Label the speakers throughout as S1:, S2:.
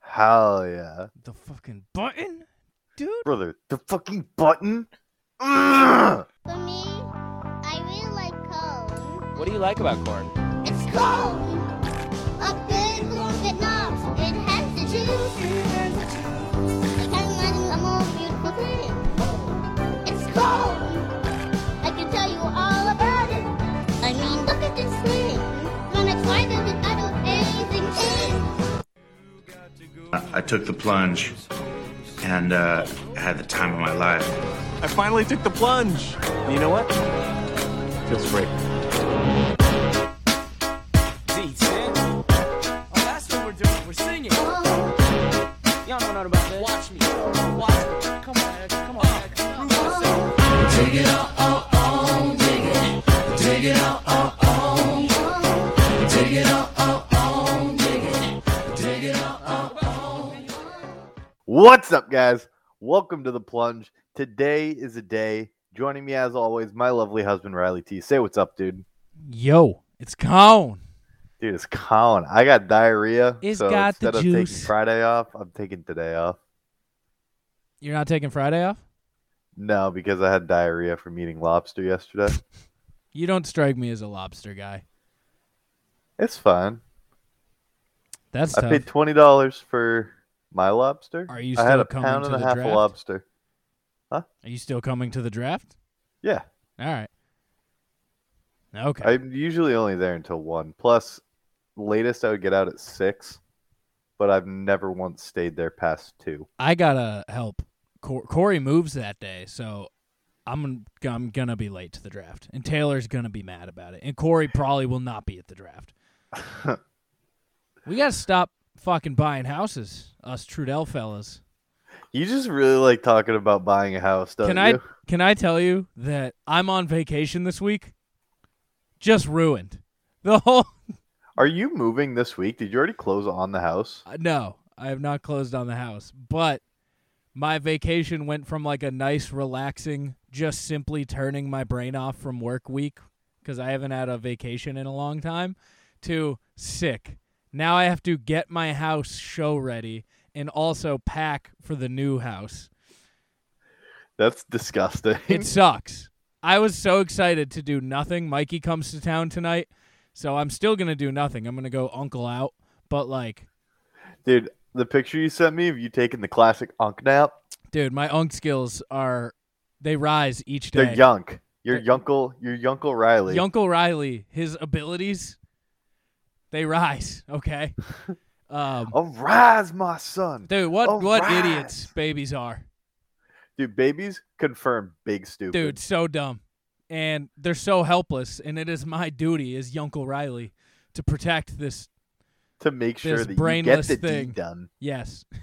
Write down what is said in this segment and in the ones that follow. S1: Hell yeah,
S2: The fucking button, dude.
S1: brother! The fucking button. Ugh!
S3: For me, I really like cone.
S4: What do you like about corn?
S3: It's cone! A big long knob. It has the juice. It has many more beautiful things. It's cone! I can tell you all about it. I mean, look at this thing. When I try it, I do anything in.
S5: I I took the plunge and uh, had the time of my life.
S6: I finally took the plunge. And you know what? Feels great.
S4: D10. Oh, that's what we're doing. We're singing.
S3: Oh,
S4: Y'all don't know about this. Watch me. Watch me. Come on, Eric. Come on, Eric. Prove yourself.
S1: What's up, guys? Welcome to the plunge. Today is a day. Joining me, as always, my lovely husband Riley T. Say what's up, dude.
S2: Yo, it's gone.
S1: Dude, it's Colin. I got diarrhea.
S2: It's
S1: so
S2: got the
S1: instead of taking
S2: juice.
S1: Friday off, I'm taking today off.
S2: You're not taking Friday off.
S1: No, because I had diarrhea from eating lobster yesterday.
S2: You don't strike me as a lobster guy.
S1: It's fine.
S2: That's
S1: I
S2: tough.
S1: paid twenty dollars for my lobster.
S2: Are you
S1: I had
S2: still
S1: a
S2: coming
S1: pound
S2: to
S1: and a
S2: the
S1: half
S2: draft?
S1: of lobster.
S2: Are you still coming to the draft?
S1: Yeah,
S2: All right. Okay.
S1: I'm usually only there until one. Plus, latest I would get out at six, but I've never once stayed there past two.
S2: I gotta help. Cor- Corey moves that day, so I'm I'm gonna be late to the draft, and Taylor's gonna be mad about it, and Corey probably will not be at the draft. we gotta stop fucking buying houses, us Trudell fellas.
S1: You just really like talking about buying a house, don't
S2: Can
S1: you?
S2: I can I tell you that I'm on vacation this week? Just ruined the whole.
S1: Are you moving this week? Did you already close on the house?
S2: Uh, No, I have not closed on the house, but my vacation went from like a nice, relaxing, just simply turning my brain off from work week because I haven't had a vacation in a long time to sick. Now I have to get my house show ready and also pack for the new house.
S1: That's disgusting.
S2: It sucks. I was so excited to do nothing. Mikey comes to town tonight, so I'm still going to do nothing. I'm going to go uncle out, but like
S1: Dude, the picture you sent me of you taking the classic unk nap,
S2: Dude, my unk skills are they rise each
S1: they're
S2: day.
S1: yunk. Your yunkle, your yunkle Riley.
S2: Uncle Riley, his abilities, they rise. Okay,
S1: Oh,
S2: um,
S1: Arise, my son.
S2: dude, what what idiots
S1: Arise.
S2: babies are,
S1: Dude, babies confirm big stupid.
S2: dude? So dumb, and they're so helpless. And it is my duty as Uncle Riley to protect this.
S1: to make
S2: this
S1: sure that you get
S2: brainless
S1: the
S2: thing.
S1: deed done.
S2: Yes,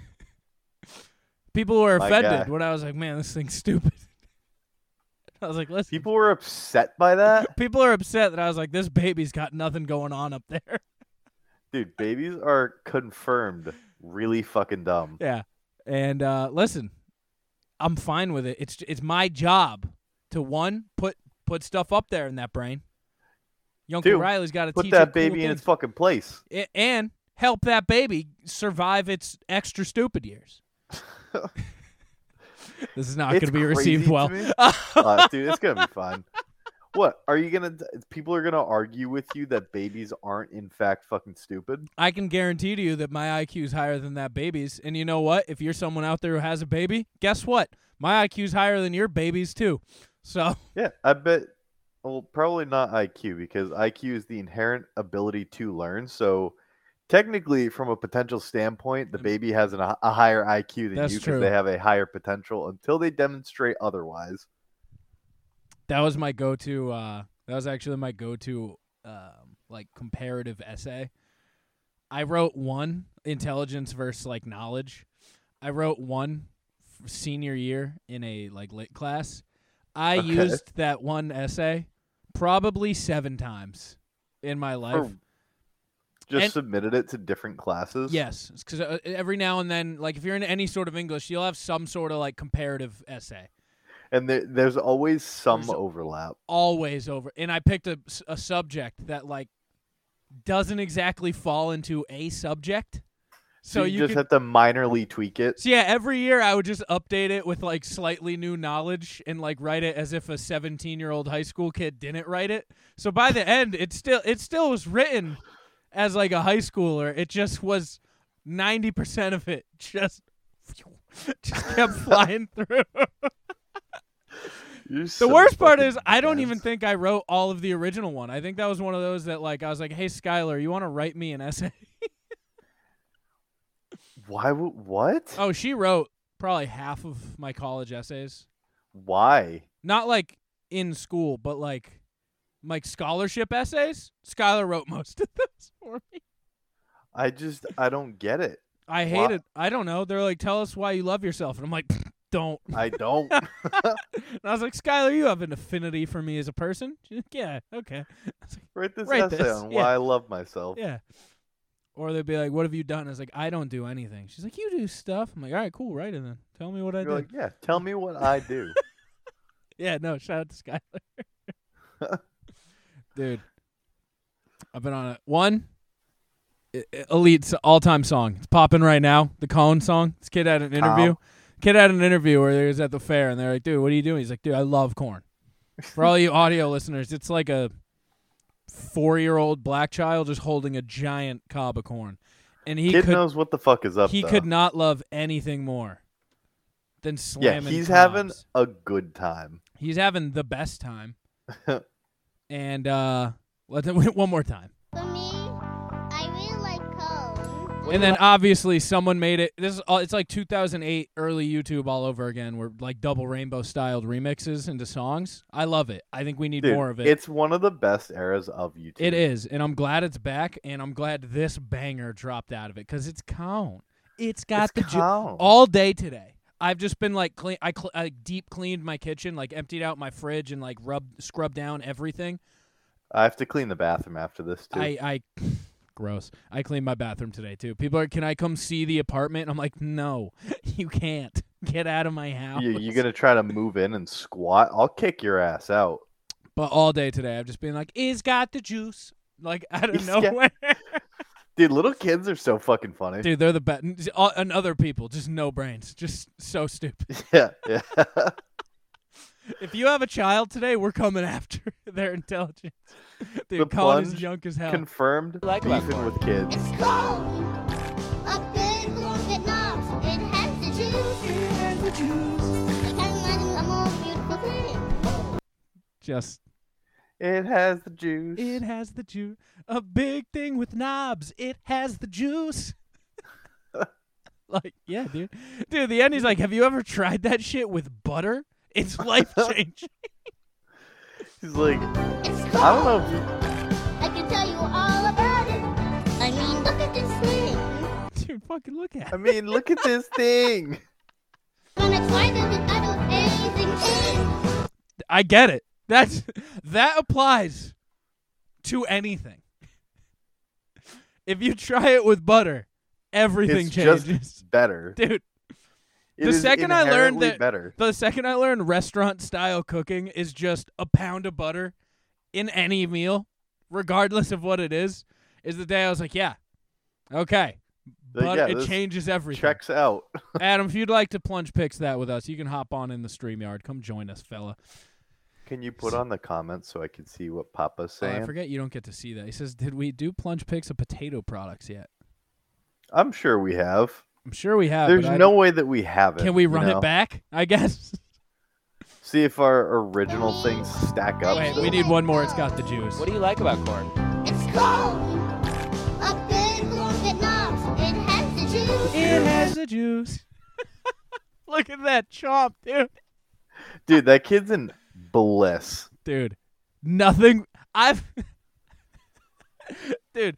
S2: people were
S1: My
S2: offended
S1: guy.
S2: when I was like, "Man, this thing's stupid." I was like, "Listen."
S1: People were upset by that.
S2: People are upset that I was like, this baby's got nothing going on up there.
S1: Dude, babies are confirmed really fucking dumb.
S2: Yeah. And uh, listen, I'm fine with it. It's it's my job to one put put stuff up there in that brain. Young
S1: Dude,
S2: Riley's got to
S1: Put
S2: teach
S1: that
S2: it
S1: baby
S2: cool
S1: in its
S2: things.
S1: fucking place.
S2: A- and help that baby survive its extra stupid years. this is not going
S1: It's
S2: to be
S1: crazy
S2: received
S1: to
S2: well.
S1: me. Uh, dude, it's gonna be fine. What are you gonna? People are gonna argue with you that babies aren't in fact fucking stupid.
S2: I can guarantee to you that my IQ is higher than that baby's. And you know what? If you're someone out there who has a baby, guess what? My IQ is higher than your baby's too. So
S1: Yeah, I bet. Well, probably not IQ because IQ is the inherent ability to learn. So, technically, from a potential standpoint, the baby has an, a higher IQ than
S2: Mm. That's
S1: you because
S2: true.
S1: they have a higher potential until they demonstrate otherwise.
S2: that was my go-to. Uh, that was actually my go-to, um, like comparative essay. I wrote one intelligence versus like knowledge. I wrote one f- senior year in a like lit class. I
S1: Okay.
S2: used that one essay probably seven times in my life.
S1: Or just
S2: And-
S1: submitted it to different classes.
S2: Yes, because uh, every now and then, like if you're in any sort of English, you'll have some sort of like comparative essay.
S1: and there, there's always some
S2: There's-
S1: overlap.
S2: Always over, and I picked a, s- a subject that like doesn't exactly fall into a subject, So
S1: you,
S2: you
S1: just
S2: could-
S1: have to minorly tweak it.
S2: So yeah, every year I would just update it with like slightly new knowledge and like write it as if a 17-year-old high school kid didn't write it. So by the end, it still it still was written as like a high schooler. It just was 90% of it just just kept flying through. The worst part is I don't even think I wrote all of the original one. I think that was one of those that like I was like, "Hey Skylar, you want to write me an essay?"
S1: Why? Would, what?
S2: Oh, she wrote probably half of my college essays.
S1: Why?
S2: not like in school, but like like scholarship essays. Skylar wrote most of those for me.
S1: I just I don't get it.
S2: I
S1: Wha-
S2: hated. I don't know. They're like, tell us why you love yourself, and I'm like, don't.
S1: I don't.
S2: And I was like, Skylar, you have an affinity for me as a person. She's like, yeah, okay,
S1: Write this
S2: Write
S1: essay
S2: this,
S1: on
S2: yeah.
S1: why I love myself.
S2: yeah. Or they'd be like, what have you done? I was like, I don't do anything. She's like, you do stuff. I'm like, all right, cool, write it then. Tell me what I
S1: You're
S2: did.
S1: like, yeah. Tell me what I do.
S2: Yeah, no, shout out to Skylar. Dude, I've been on it. One, e, i- i- Elite's all time song. It's popping right now. The Cone song. This kid had an interview. Kid had an interview where he was at the fair and they're like, dude, what are you doing? He's like, dude, I love corn. For all you audio listeners, it's like a four year old black child just holding a giant cob of corn. And he
S1: Kid
S2: could
S1: knows what the fuck is up.
S2: he
S1: though.
S2: could not love anything more than
S1: Yeah,
S2: slamming.
S1: he's having
S2: cobs
S1: a good time.
S2: he's having the best time. and uh let's one more time.
S3: For me, I really like cone.
S2: And then obviously someone made it. This is all, it's like 2008 early YouTube all over again. We're like double rainbow styled remixes into songs. I love it. I think we need
S1: Dude,
S2: more of it.
S1: It's one of the best eras of YouTube.
S2: it is, and I'm glad it's back. And I'm glad this banger dropped out of it because it's count. It's got
S1: It's
S2: the ju-
S1: count.
S2: all day today. I've just been like clean. I, cl- I deep cleaned my kitchen, like emptied out my fridge, and like rubbed, scrubbed down everything.
S1: I have to clean the bathroom after this too.
S2: I, I, gross. I cleaned my bathroom today too. People are, can I come see the apartment? And I'm like, no, you can't. Get out of my house.
S1: you, you gonna try to move in and squat? I'll kick your ass out.
S2: But all day today, I've just been like, "Is got the juice?" Like out of
S1: He's got-
S2: nowhere,
S1: Dude, little kids are so fucking funny.
S2: dude. They're the best. And all- and other people, just no brains, just so stupid.
S1: Yeah, yeah.
S2: If you have a child today, we're coming after their intelligence. Dude,
S1: The
S2: Colin is
S1: plunge
S2: junk as hell.
S1: Confirmed
S4: Like that
S1: beefing with kids.
S3: It's cold. A big rocket knobs. It has the juice. It has the juice. It has money, a more beautiful thing.
S2: just
S1: It has the juice.
S2: it has the juice. A big thing with knobs. It has the juice. like, yeah, dude. Dude, the end he's like, have you ever tried that shit with butter? It's life changing.
S1: He's like,
S3: It's cold.
S1: I don't know. If you...
S3: I can tell you all about it. I mean, look at this thing.
S2: dude, fucking look at
S1: I
S2: it.
S1: mean, look at this thing.
S3: When it's wider than I don't anything is.
S2: I get it. That's that applies to anything. If you try it with butter, everything
S1: It's just
S2: changes.
S1: better.
S2: Dude,
S1: It
S2: the
S1: is
S2: second I learned
S1: inherently
S2: that-
S1: better.
S2: The second I learned restaurant style cooking is just a pound of butter in any meal, regardless of what it is, is the day I was like, yeah, okay.
S1: Like,
S2: But
S1: yeah,
S2: it
S1: this
S2: changes everything.
S1: Checks out.
S2: Adam, if you'd like to plunge picks that with us, you can hop on in the stream yard. Come join us, fella.
S1: Can you put on the comments so I can see what Papa's
S2: Oh,
S1: saying?
S2: I forget you don't get to see that. He says, Did we do plunge picks of potato products yet?
S1: I'm sure we have.
S2: I'm sure we have.
S1: There's
S2: but I
S1: no
S2: don't-
S1: way that we haven't.
S2: Can we
S1: you
S2: run
S1: know?
S2: it back? I guess.
S1: See if our original things stack up.
S3: Wait,
S2: Wait,
S1: still.
S2: we need one more. It's got the juice.
S4: What do you like about corn?
S3: It's cold. A big rocket knobs. It has the juice.
S2: It has the juice. Look at that chomp, dude.
S1: Dude, that kid's in bliss.
S2: Dude, nothing. I've. dude,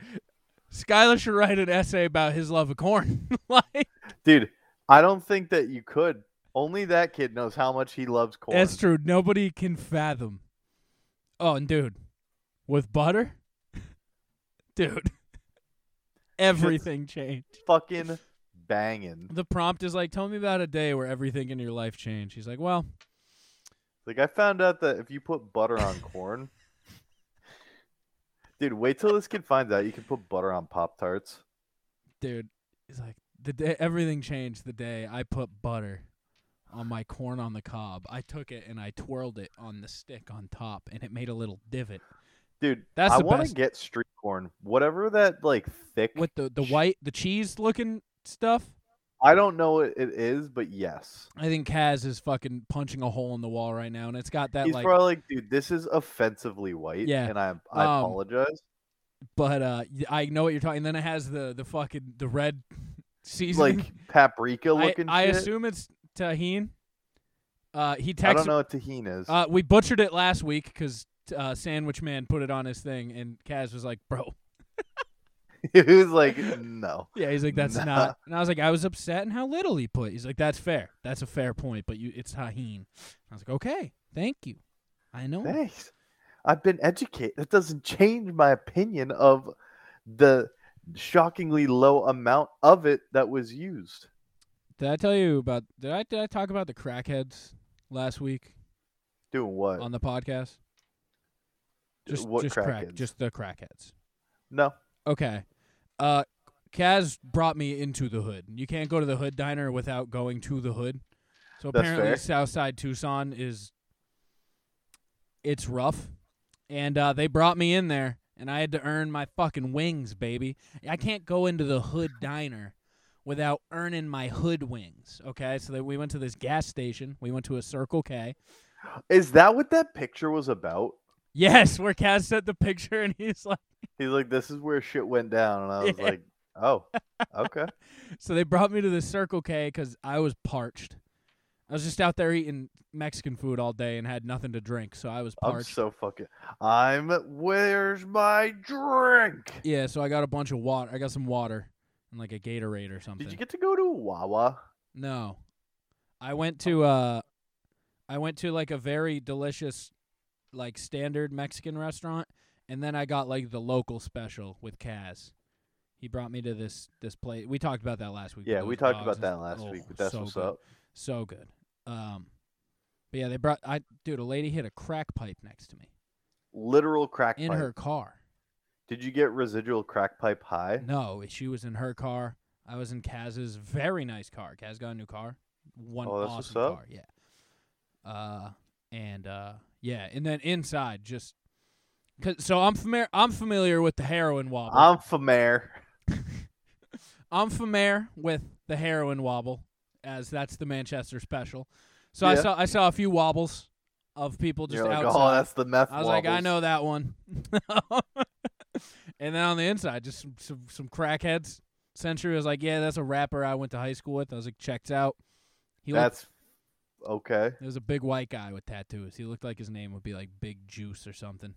S2: Skylar should write an essay about his love of corn. like,
S1: Dude, I don't think that you could. Only that kid knows how much he loves corn.
S2: that's true. Nobody can fathom. Oh, and dude, with butter? Dude, everything changed.
S1: Fucking banging.
S2: The prompt is like, tell me about a day where everything in your life changed. He's like, well,
S1: Like I found out that if you put butter on corn, dude, wait till this kid finds out you can put butter on pop tarts.
S2: dude, He's like, the day everything changed the day I put butter on my corn on the cob. I took it and I twirled it on the stick on top, and it made a little divot
S1: Dude,
S2: That's
S1: I
S2: the
S1: want to
S2: best.
S1: get street corn, whatever that like thick.
S2: with the the white, the cheese looking stuff.
S1: I don't know what it is, but yes,
S2: I think Kaz is fucking punching a hole in the wall right now, and it's got that
S1: he's
S2: like.
S1: probably like, dude, this is offensively white.
S2: Yeah,
S1: and I I
S2: um,
S1: apologize.
S2: but uh, y- I know what you're talking. And then it has the the fucking the red seasoning.
S1: Like paprika
S2: I,
S1: looking.
S2: I
S1: shit.
S2: assume it's tahine. Uh, he
S1: I don't
S2: texted.
S1: know what tahini is.
S2: Uh, we butchered it last week because uh, Sandwich Man put it on his thing, and Kaz was like, "Bro,
S1: he was like, no.
S2: yeah." He's like, "That's
S1: Nah.
S2: not." And I was like, "I was upset and how little he put." He's like, "That's fair. That's a fair point, but you, it's tahine." I was like, "Okay, thank you. I know."
S1: Thanks. I've been educated. That doesn't change my opinion of the shockingly low amount of it that was used.
S2: Did I tell you about? Did I did I talk about the crackheads last week
S1: Doing what?
S2: on the podcast? Just
S1: what
S2: just
S1: crackheads?
S2: crack, just the crackheads.
S1: no.
S2: Okay. Uh, Kaz brought me into the hood. You can't go to the hood diner without going to the hood. So
S1: That's
S2: apparently,
S1: fair.
S2: Southside Tucson is it's rough, and uh, they brought me in there, and I had to earn my fucking wings, baby. I can't go into the hood diner without earning my hood wings. Okay, so then we went to this gas station. We went to a Circle K.
S1: Is that what that picture was about?
S2: Yes, where Kaz sent the picture, and he's like.
S1: He's like, this is where shit went down, and I was
S2: Yeah.
S1: like, oh, okay.
S2: So they brought me to the Circle K because I was parched. I was just out there eating Mexican food all day and had nothing to drink, so I was
S1: I'm
S2: parched.
S1: so fucking. I'm. Where's my drink?
S2: yeah, so I got a bunch of water. I got some water and like a Gatorade or something.
S1: Did you get to go to a Wawa?
S2: no, I went
S1: Oh.
S2: to uh, I went to like a very delicious, like standard Mexican restaurant, and then I got like the local special with Kaz. He brought me to this this place. We talked about that last week.
S1: Yeah,
S2: those
S1: we talked
S2: dogs
S1: about
S2: and
S1: that
S2: stuff.
S1: last
S2: Oh,
S1: week, but that's
S2: so
S1: what's
S2: good.
S1: up.
S2: so good. Um, but yeah, they brought I dude a lady hit a crack pipe next to me
S1: Literal crack
S2: in
S1: pipe.
S2: her car.
S1: Did you get residual crack pipe high?
S2: No, she was in her car. I was in Kaz's very nice car. Kaz got a new car, one
S1: Oh, that's what's
S2: awesome
S1: up.
S2: car. Yeah. Uh, and uh, yeah, and then inside just. Cause, so I'm familiar. I'm familiar with the heroin wobble.
S1: I'm familiar.
S2: I'm familiar with the heroin wobble, as that's the Manchester special. So I
S1: Yeah.
S2: saw I saw a few wobbles of people just
S1: You're like,
S2: outside.
S1: oh, that's the meth.
S2: I was like, I
S1: wobbles."
S2: know that one. and then on the inside, just some some, some crackheads. Century was like, yeah, that's a rapper I went to high school with. I was like, checked out. He looked,
S1: That's okay.
S2: it was a big white guy with tattoos. He looked like his name would be like Big Juice or something.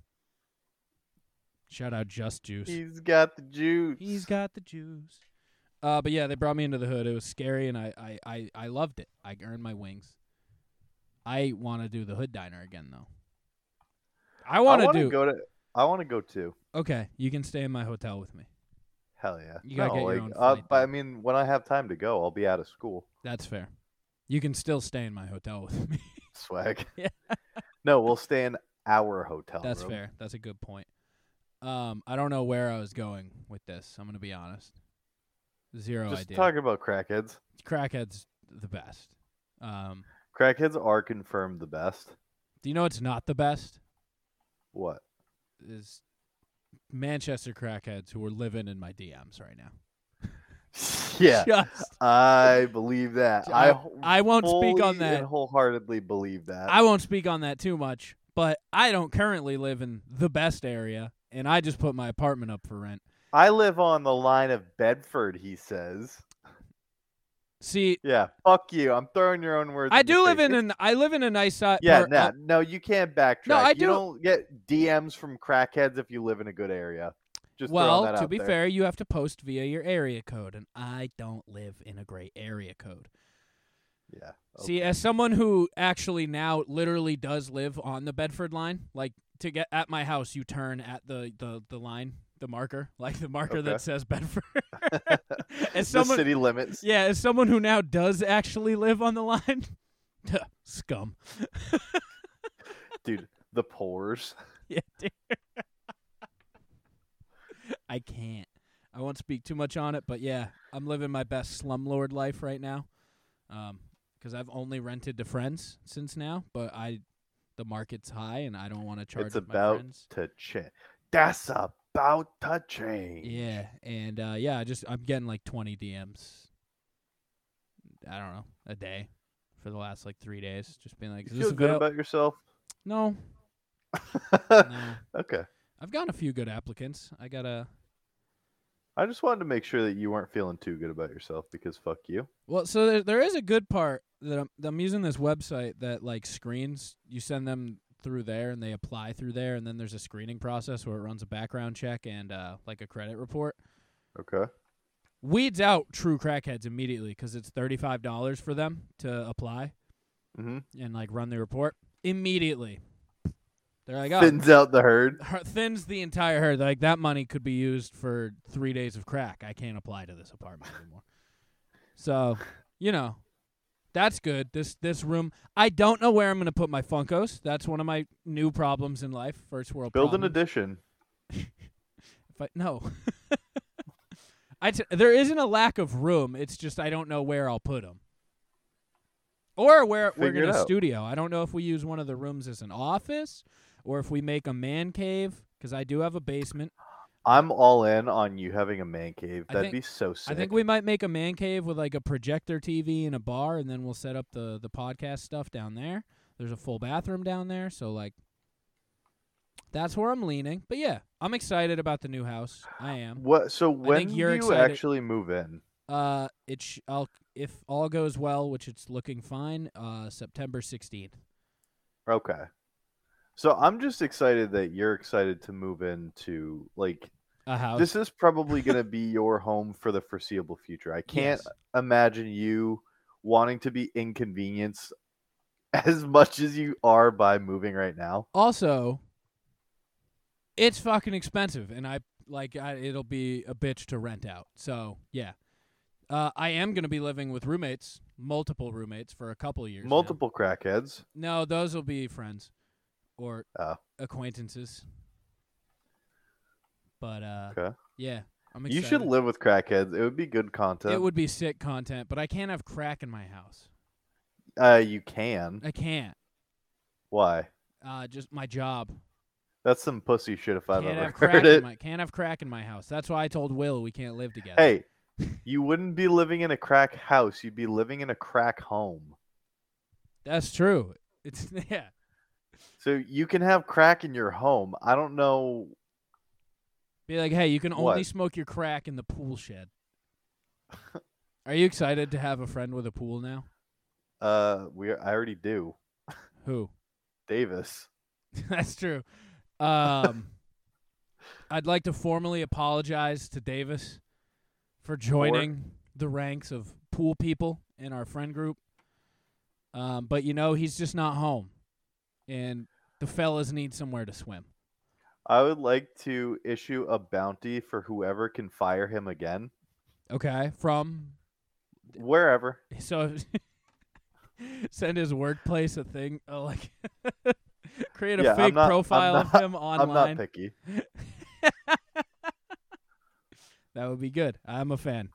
S2: Shout out Just Juice.
S1: He's got the juice.
S2: He's got the juice. Uh, but yeah, they brought me into the hood. It was scary, and I I I, I loved it. I earned my wings. I want to do the hood diner again, though. I want
S1: I
S2: to
S1: wanna
S2: do.
S1: go to. I want to go too.
S2: Okay, you can stay in my hotel with me.
S1: Hell yeah.
S2: You gotta
S1: No,
S2: get your
S1: like,
S2: own
S1: uh,
S2: flight,
S1: but I
S2: dude.
S1: mean, when I have time to go, I'll be out of school.
S2: That's fair. You can still stay in my hotel with me.
S1: Swag.
S2: Yeah.
S1: no, we'll stay in our hotel.
S2: That's
S1: room.
S2: fair. That's a good point. Um, I don't know where I was going with this. I'm gonna be honest. Zero
S1: Just
S2: idea.
S1: talking about crackheads.
S2: Crackheads the best. Um,
S1: Crackheads are confirmed the best.
S2: do you know it's not the best?
S1: What?
S2: is Manchester crackheads who are living in my DMs right now.
S1: yeah,
S2: Just,
S1: I believe that. I
S2: I- I won't speak on
S1: fully
S2: that.
S1: And wholeheartedly believe that.
S2: I won't speak on that too much, but I don't currently live in the best area, and I just put my apartment up for rent.
S1: I live on the line of Bedford. He says.
S2: See,
S1: Yeah, fuck you. I'm throwing your own words.
S2: I
S1: in your
S2: do live
S1: face.
S2: in
S1: It's-
S2: an I live in a nice side.
S1: Yeah,
S2: part-
S1: no,
S2: uh,
S1: no, you can't backtrack.
S2: I
S1: you
S2: do-
S1: not get DMs from crackheads if you live in a good area. Just throwing
S2: well,
S1: that
S2: to
S1: out
S2: be
S1: there.
S2: fair, you have to post via your area code, and I don't live in a great area code.
S1: yeah.
S2: See, as someone who actually now literally does live on the Bedford line, like to get at my house, you turn at the the, the line, the marker, like the marker
S1: Okay.
S2: that says Bedford. as
S1: the
S2: someone,
S1: city limits.
S2: yeah, as someone who now does actually live on the line, scum.
S1: Dude, the pores.
S2: Yeah, dude. I can't. I won't speak too much on it, but yeah, I'm living my best slumlord life right now. Um, because I've only rented to friends since now, but I, the market's high and I don't want to charge
S1: it's
S2: my
S1: about
S2: friends.
S1: to change. That's about to change.
S2: Yeah, and uh, yeah, I just I'm getting like 20 DMs. I don't know a day for the last like three days, just being like,
S1: You
S2: is
S1: feel
S2: this
S1: good
S2: avail-
S1: about yourself?
S2: No, no.
S1: okay.
S2: I've gotten a few good applicants. I got a
S1: I just wanted to make sure that you weren't feeling too good about yourself because fuck you.
S2: Well, so there, there is a good part that I'm, that I'm using this website that like screens. You send them through there and they apply through there, and then there's a screening process where it runs a background check and uh, like a credit report.
S1: Okay.
S2: Weeds out true crackheads immediately because it's thirty five dollars for them to apply
S1: Mm-hmm.
S2: and like run the report immediately. They're like, oh,
S1: Thins out the herd.
S2: her- thins the entire herd. Like that money could be used for three days of crack. I can't apply to this apartment anymore. So, you know, that's good. This this room. I don't know where I'm gonna put my Funkos. That's one of my new problems in life. First world.
S1: Build an
S2: problems.
S1: addition.
S2: If I- no. I t- there isn't a lack of room. It's just I don't know where I'll put them. Or where we're
S1: Figure it
S2: gonna
S1: out.
S2: studio. I don't know if we use one of the rooms as an office, or if we make a man cave because I do have a basement.
S1: I'm all in on you having a man cave.
S2: I
S1: That'd
S2: think-
S1: be so sick.
S2: I think we might make a man cave with like a projector TV and a bar, and then we'll set up the the podcast stuff down there. There's a full bathroom down there, so like that's where I'm leaning. But yeah, I'm excited about the new house. I am.
S1: What? So when do
S2: you're
S1: you
S2: excited-
S1: actually move in?
S2: Uh, it sh- I'll if all goes well, which it's looking fine. Uh, September 16th.
S1: Okay. So I'm just excited that you're excited to move into like
S2: A house.
S1: this is probably going to be your home for the foreseeable future. I can't
S2: Yes.
S1: imagine you wanting to be inconvenienced as much as you are by moving right now.
S2: Also, it's fucking expensive, and I like I, it'll be a bitch to rent out. So yeah, uh, I am gonna be living with roommates, multiple roommates for a couple years. now.
S1: Multiple crackheads.
S2: No, those will be friends or
S1: Oh.
S2: acquaintances. But uh,
S1: Okay.
S2: yeah, I'm
S1: You
S2: excited.
S1: should live with crackheads. It would be good content.
S2: It would be sick content, but I can't have crack in my house.
S1: Uh, you can.
S2: I can't.
S1: Why?
S2: Uh, just my job.
S1: That's some pussy shit if I've
S2: can't
S1: ever
S2: have crack
S1: heard
S2: in
S1: it.
S2: my can't have crack in my house. That's why I told Will we can't live together.
S1: Hey, you wouldn't be living in a crack house. You'd be living in a crack home.
S2: That's true. It's yeah.
S1: So you can have crack in your home. I don't know.
S2: Be like, hey, you can only
S1: What?
S2: smoke your crack in the pool shed. Are you excited to have a friend with a pool now?
S1: Uh, we I already do.
S2: Who?
S1: Davis.
S2: That's true. Um, I'd like to formally apologize to Davis for joining the ranks of pool people in our friend group. Um, but you know he's just not home, and the fellas need somewhere to swim.
S1: I would like to issue a bounty for whoever can fire him again,
S2: Okay, from
S1: wherever.
S2: So send his workplace a thing, uh, like create a
S1: Yeah, I'm
S2: fake
S1: not- I'm
S2: profile of
S1: not-
S2: him
S1: I'm not
S2: online.
S1: picky.
S2: that would be good. I'm a fan.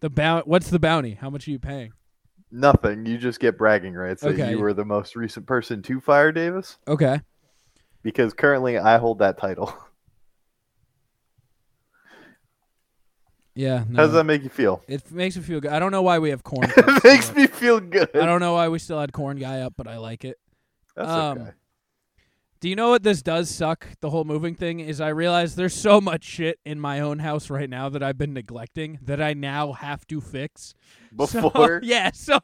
S2: The bounty. What's the bounty? How much are you paying?
S1: Nothing. You just get bragging rights that
S2: Okay.
S1: you were the most recent person to fire Davis
S2: Okay.
S1: because currently I hold that title.
S2: Yeah.
S1: How does
S2: no.
S1: that make you feel?
S2: it f- makes me feel good. I don't know why we have corn.
S1: it
S2: folks
S1: makes
S2: still
S1: me feel good.
S2: up. I don't know why we still had corn guy up, but I like it.
S1: That's
S2: um,
S1: okay.
S2: Do you know what this does suck? The whole moving thing is I realize there's so much shit in my own house right now that I've been neglecting that I now have to fix. So-
S1: Before
S2: yeah, so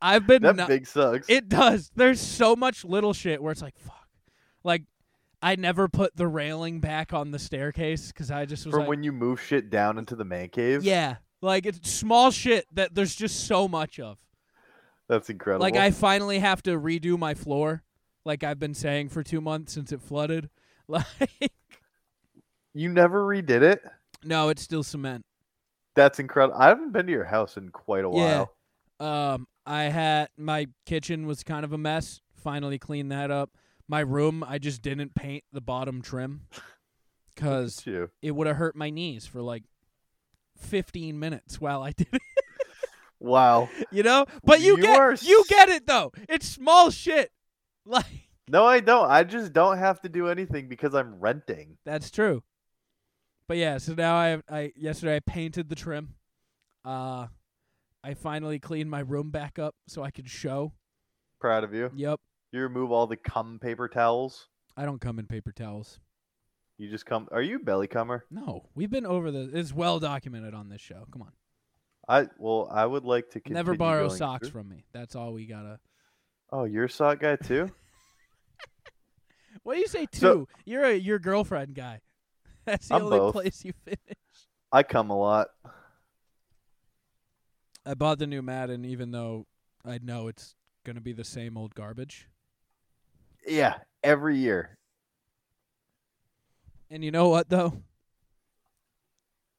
S2: I've been.
S1: that
S2: no-
S1: big sucks.
S2: it does. There's so much little shit where it's like, fuck. Like, I never put the railing back on the staircase because I just was
S1: From
S2: like,
S1: when you move shit down into the man cave.
S2: yeah. Like it's small shit that there's just so much of.
S1: That's incredible.
S2: Like I finally have to redo my floor, like I've been saying for two months since it flooded. Like,
S1: you never redid it.
S2: no, it's still cement.
S1: That's incredible. I haven't been to your house in quite a
S2: Yeah.
S1: while.
S2: Um, I had my kitchen was kind of a mess. Finally cleaned that up. My room, I just didn't paint the bottom trim because
S1: you.
S2: it would have hurt my knees for like 15 minutes while I did it,
S1: Wow.
S2: you know? But you,
S1: You
S2: get
S1: are
S2: you
S1: s-
S2: get it though. It's small shit. Like
S1: No, I don't. I just don't have to do anything because I'm renting.
S2: that's true. But yeah, so now I I yesterday I painted the trim. Uh I finally cleaned my room back up so I could show.
S1: Proud of you.
S2: Yep.
S1: You remove all the cum paper towels.
S2: I don't come in paper towels.
S1: You just come. Are you a belly cummer?
S2: No, we've been over this. It's well documented on this show. Come on.
S1: I well, I would like to continue
S2: Never borrow
S1: going
S2: socks
S1: through-
S2: from me. That's all we gotta.
S1: Oh, you're a sock guy too.
S2: What do you say? Two?
S1: So-
S2: You're a your girlfriend guy. That's the
S1: I'm
S2: only
S1: both.
S2: place you fit. in.
S1: I come a lot.
S2: I bought the new Madden, even though I know it's gonna be the same old garbage.
S1: Yeah, every year.
S2: And you know what though?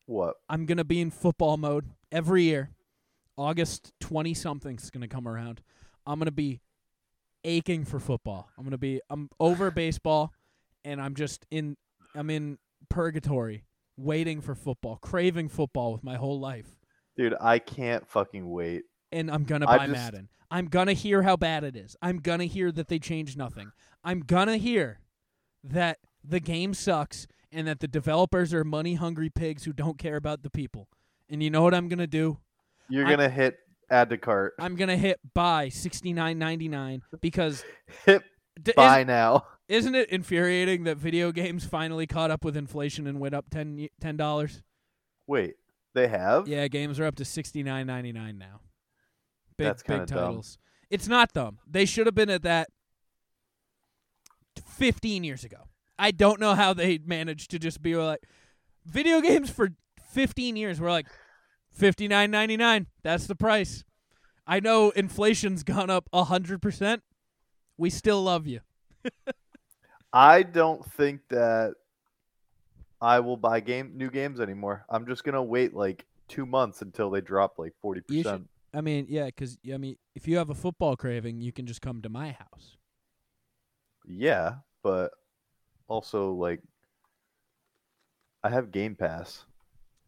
S1: What?
S2: I'm gonna be in football mode every year. August twenty something's gonna come around. I'm gonna be aching for football. I'm gonna be I'm over baseball, and I'm just in I'm in purgatory, waiting for football, craving football with my whole life.
S1: Dude, I can't fucking wait.
S2: and I'm gonna
S1: I
S2: buy
S1: just-
S2: Madden. I'm gonna hear how bad it is. I'm gonna hear that they changed nothing. I'm gonna hear that the game sucks and that the developers are money hungry pigs who don't care about the people. And you know what I'm gonna do?
S1: You're
S2: I-
S1: gonna hit add to cart.
S2: I'm gonna hit buy sixty nine ninety nine because
S1: hit
S2: d-
S1: buy now.
S2: Is, not it infuriating that video games finally caught up with inflation and went up ten y- ten dollars?
S1: Wait, they have?
S2: Yeah, games are up to sixty nine ninety nine now. Big
S1: That's kinda
S2: big
S1: dumb.
S2: titles. It's not dumb. They should have been at that fifteen years ago. I don't know how they managed to just be like video games for fifteen years were like fifty nine ninety nine. That's the price. I know inflation's gone up hundred percent. We still love you.
S1: I don't think that I will buy game new games anymore. I'm just gonna wait like two months until they drop like forty
S2: You
S1: percent.
S2: I mean, yeah, because I mean, if you have a football craving, you can just come to my house.
S1: Yeah, but also like I have Game Pass.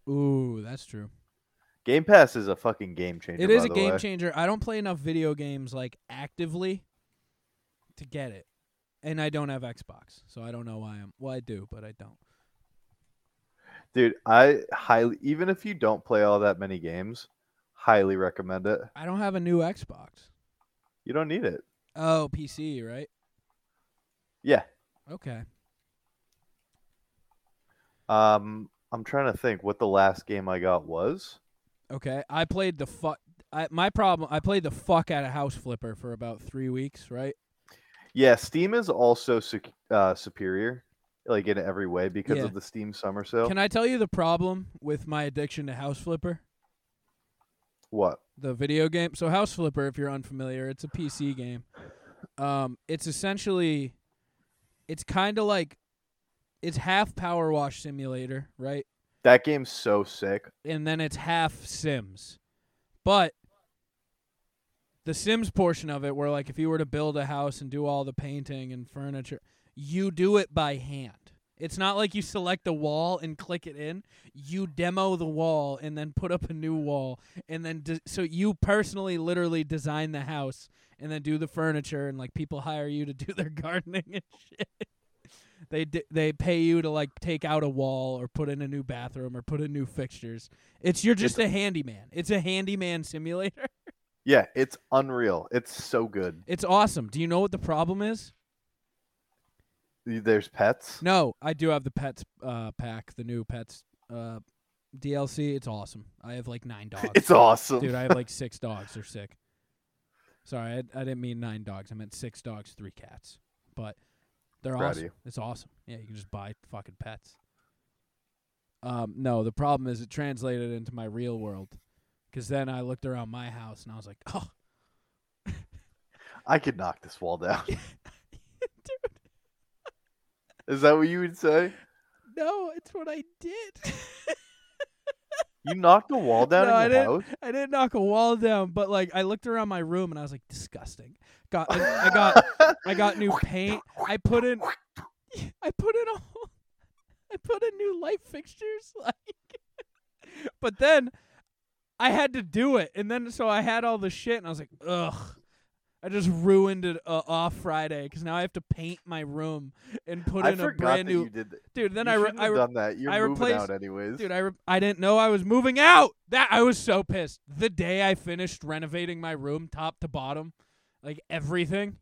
S2: Ooh, that's true.
S1: Game Pass is a fucking game changer.
S2: It is
S1: by
S2: a
S1: the
S2: game
S1: way.
S2: changer. I don't play enough video games like actively to get it, and I don't have Xbox, so I don't know why I'm. Well, I do, but I don't.
S1: Dude, I highly even if you don't play all that many games, highly recommend it.
S2: I don't have a new Xbox.
S1: You don't need it.
S2: Oh, PC, right?
S1: Yeah.
S2: Okay.
S1: Um I'm trying to think what the last game I got was.
S2: Okay. I played the fuck. I, my problem. I played the fuck out of House Flipper for about three weeks, right?
S1: Yeah, Steam is also sec- uh, superior, like in every way, because
S2: Yeah.
S1: of the Steam Summer Sale.
S2: Can I tell you the problem with my addiction to House Flipper?
S1: what?
S2: the video game. So House Flipper, if you're unfamiliar, it's a PC game. Um, it's essentially, it's kind of like, it's half Power Wash Simulator, right?
S1: That game's so sick.
S2: And then it's half Sims, but the Sims portion of it, where like if you were to build a house and do all the painting and furniture, you do it by hand. It's not like you select a wall and click it in. You demo the wall and then put up a new wall and then de- so you personally literally design the house and then do the furniture and like people hire you to do their gardening and shit. They d- they pay you to like take out a wall or put in a new bathroom or put in new fixtures. It's you're just a handyman. It's a handyman simulator.
S1: Yeah, it's unreal. It's so good.
S2: It's awesome. Do you know what the problem is?
S1: Y- There's pets.
S2: No, I do have the pets uh, pack, the new pets uh, DLC. It's awesome. I have like nine dogs.
S1: It's awesome.
S2: Dude, I have like six dogs. They're sick. Sorry, I, I didn't mean nine dogs. I meant six dogs, three cats. But they're
S1: Proud of
S2: awesome.
S1: you.
S2: It's awesome. Yeah, you can just buy fucking pets. Um, no, the problem is it translated into my real world. Because then I looked around my house and I was like, oh,
S1: I could knock this wall down. Is that what you would say?
S2: no, it's what I did.
S1: You knocked a wall down
S2: No, I
S1: in your
S2: didn't.
S1: house?
S2: I didn't knock a wall down, but like I looked around my room and I was like, disgusting. Got I, I got I got new paint. I put in I put in a whole I put in new light fixtures. Like, but then I had to do it, and then so I had all the shit, and I was like, ugh. I just ruined it uh, off Friday because now I have to paint my room and put
S1: I
S2: in a
S1: forgot
S2: brand
S1: that
S2: new
S1: you did. That.
S2: dude. Then
S1: You
S2: I re-
S1: shouldn't
S2: I
S1: have
S2: re-
S1: done that. You're
S2: I
S1: moving
S2: replaced-
S1: out anyways.
S2: Dude, I, re- I didn't know I was moving out. That I was so pissed. The day I finished renovating my room top to bottom, like everything,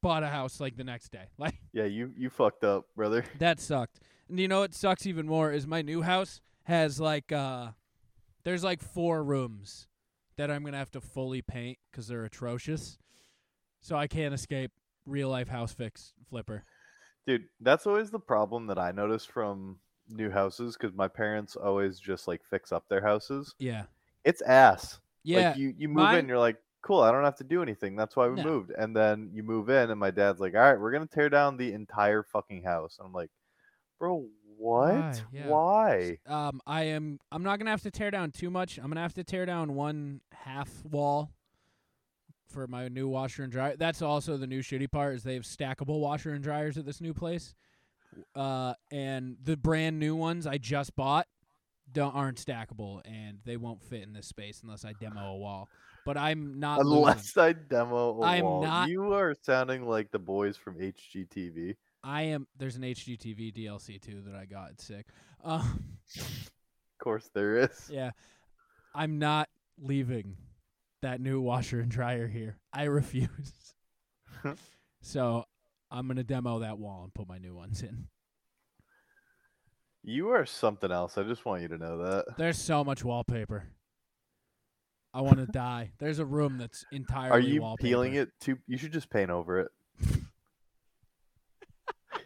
S2: bought a house like the next day. Like
S1: yeah, you you fucked up, brother.
S2: that sucked. And you know what sucks even more is my new house has like uh there's like four rooms that I'm going to have to fully paint cuz they're atrocious. So I can't escape real life house fix flipper.
S1: Dude, that's always the problem that I notice from new houses because my parents always just like fix up their houses.
S2: Yeah.
S1: It's ass.
S2: Yeah.
S1: Like you, you move
S2: mine-
S1: in, you're like, cool, I don't have to do anything. That's why we
S2: No.
S1: moved. And then you move in, and my dad's like, all right, we're going to tear down the entire fucking house. I'm like, bro, what?
S2: Why?
S1: Why?
S2: Yeah. Um, I am. I'm not gonna have to tear down too much. I'm gonna have to tear down one half wall for my new washer and dryer. That's also the new shitty part is they have stackable washer and dryers at this new place. Uh, and the brand new ones I just bought don't aren't stackable and they won't fit in this space unless I demo a wall. But I'm not losing.
S1: Unless I demo a
S2: I'm
S1: wall.
S2: not-
S1: You are sounding like the boys from HGTV.
S2: I am. There's an HGTV DLC too that I got. It's sick. Um,
S1: Of course there is.
S2: Yeah. I'm not leaving that new washer and dryer here. I refuse. so I'm going to demo that wall and put my new ones in.
S1: You are something else. I just want you to know that.
S2: There's so much wallpaper. I want to die. There's a room that's entirely
S1: Are you
S2: wallpaper.
S1: peeling it too? You should just paint over it.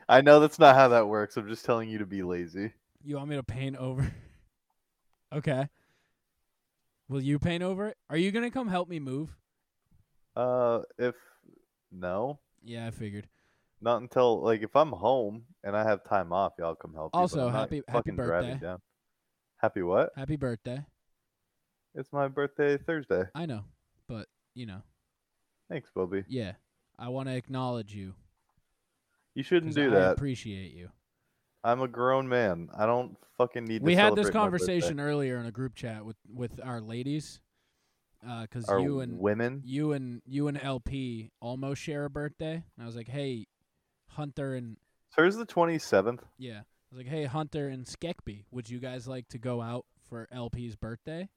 S1: I know that's not how that works. I'm just telling you to be lazy.
S2: You want me to paint over? okay. Will you paint over it? Are you going to come help me move?
S1: Uh, if no,
S2: Yeah, I figured.
S1: not until like if I'm home and I have time off, y'all come help. me, but
S2: Also,
S1: I'm not
S2: happy- happy
S1: fucking driving
S2: birthday.
S1: down. Happy what?
S2: Happy birthday.
S1: It's my birthday Thursday.
S2: I know, but you know,
S1: Thanks, Bobby.
S2: yeah. I want to acknowledge you.
S1: You shouldn't
S2: 'cause
S1: do
S2: I
S1: that.
S2: appreciate you.
S1: I'm a grown man. I don't fucking need.
S2: we
S1: to
S2: had this
S1: celebrate my birthday.
S2: conversation earlier in a group chat with with our ladies because
S1: Our
S2: you and
S1: women.
S2: you and you and lp almost share a birthday and i was like hey hunter and
S1: So here's the 27th.
S2: yeah i was like hey hunter and skekby would you guys like to go out for lp's birthday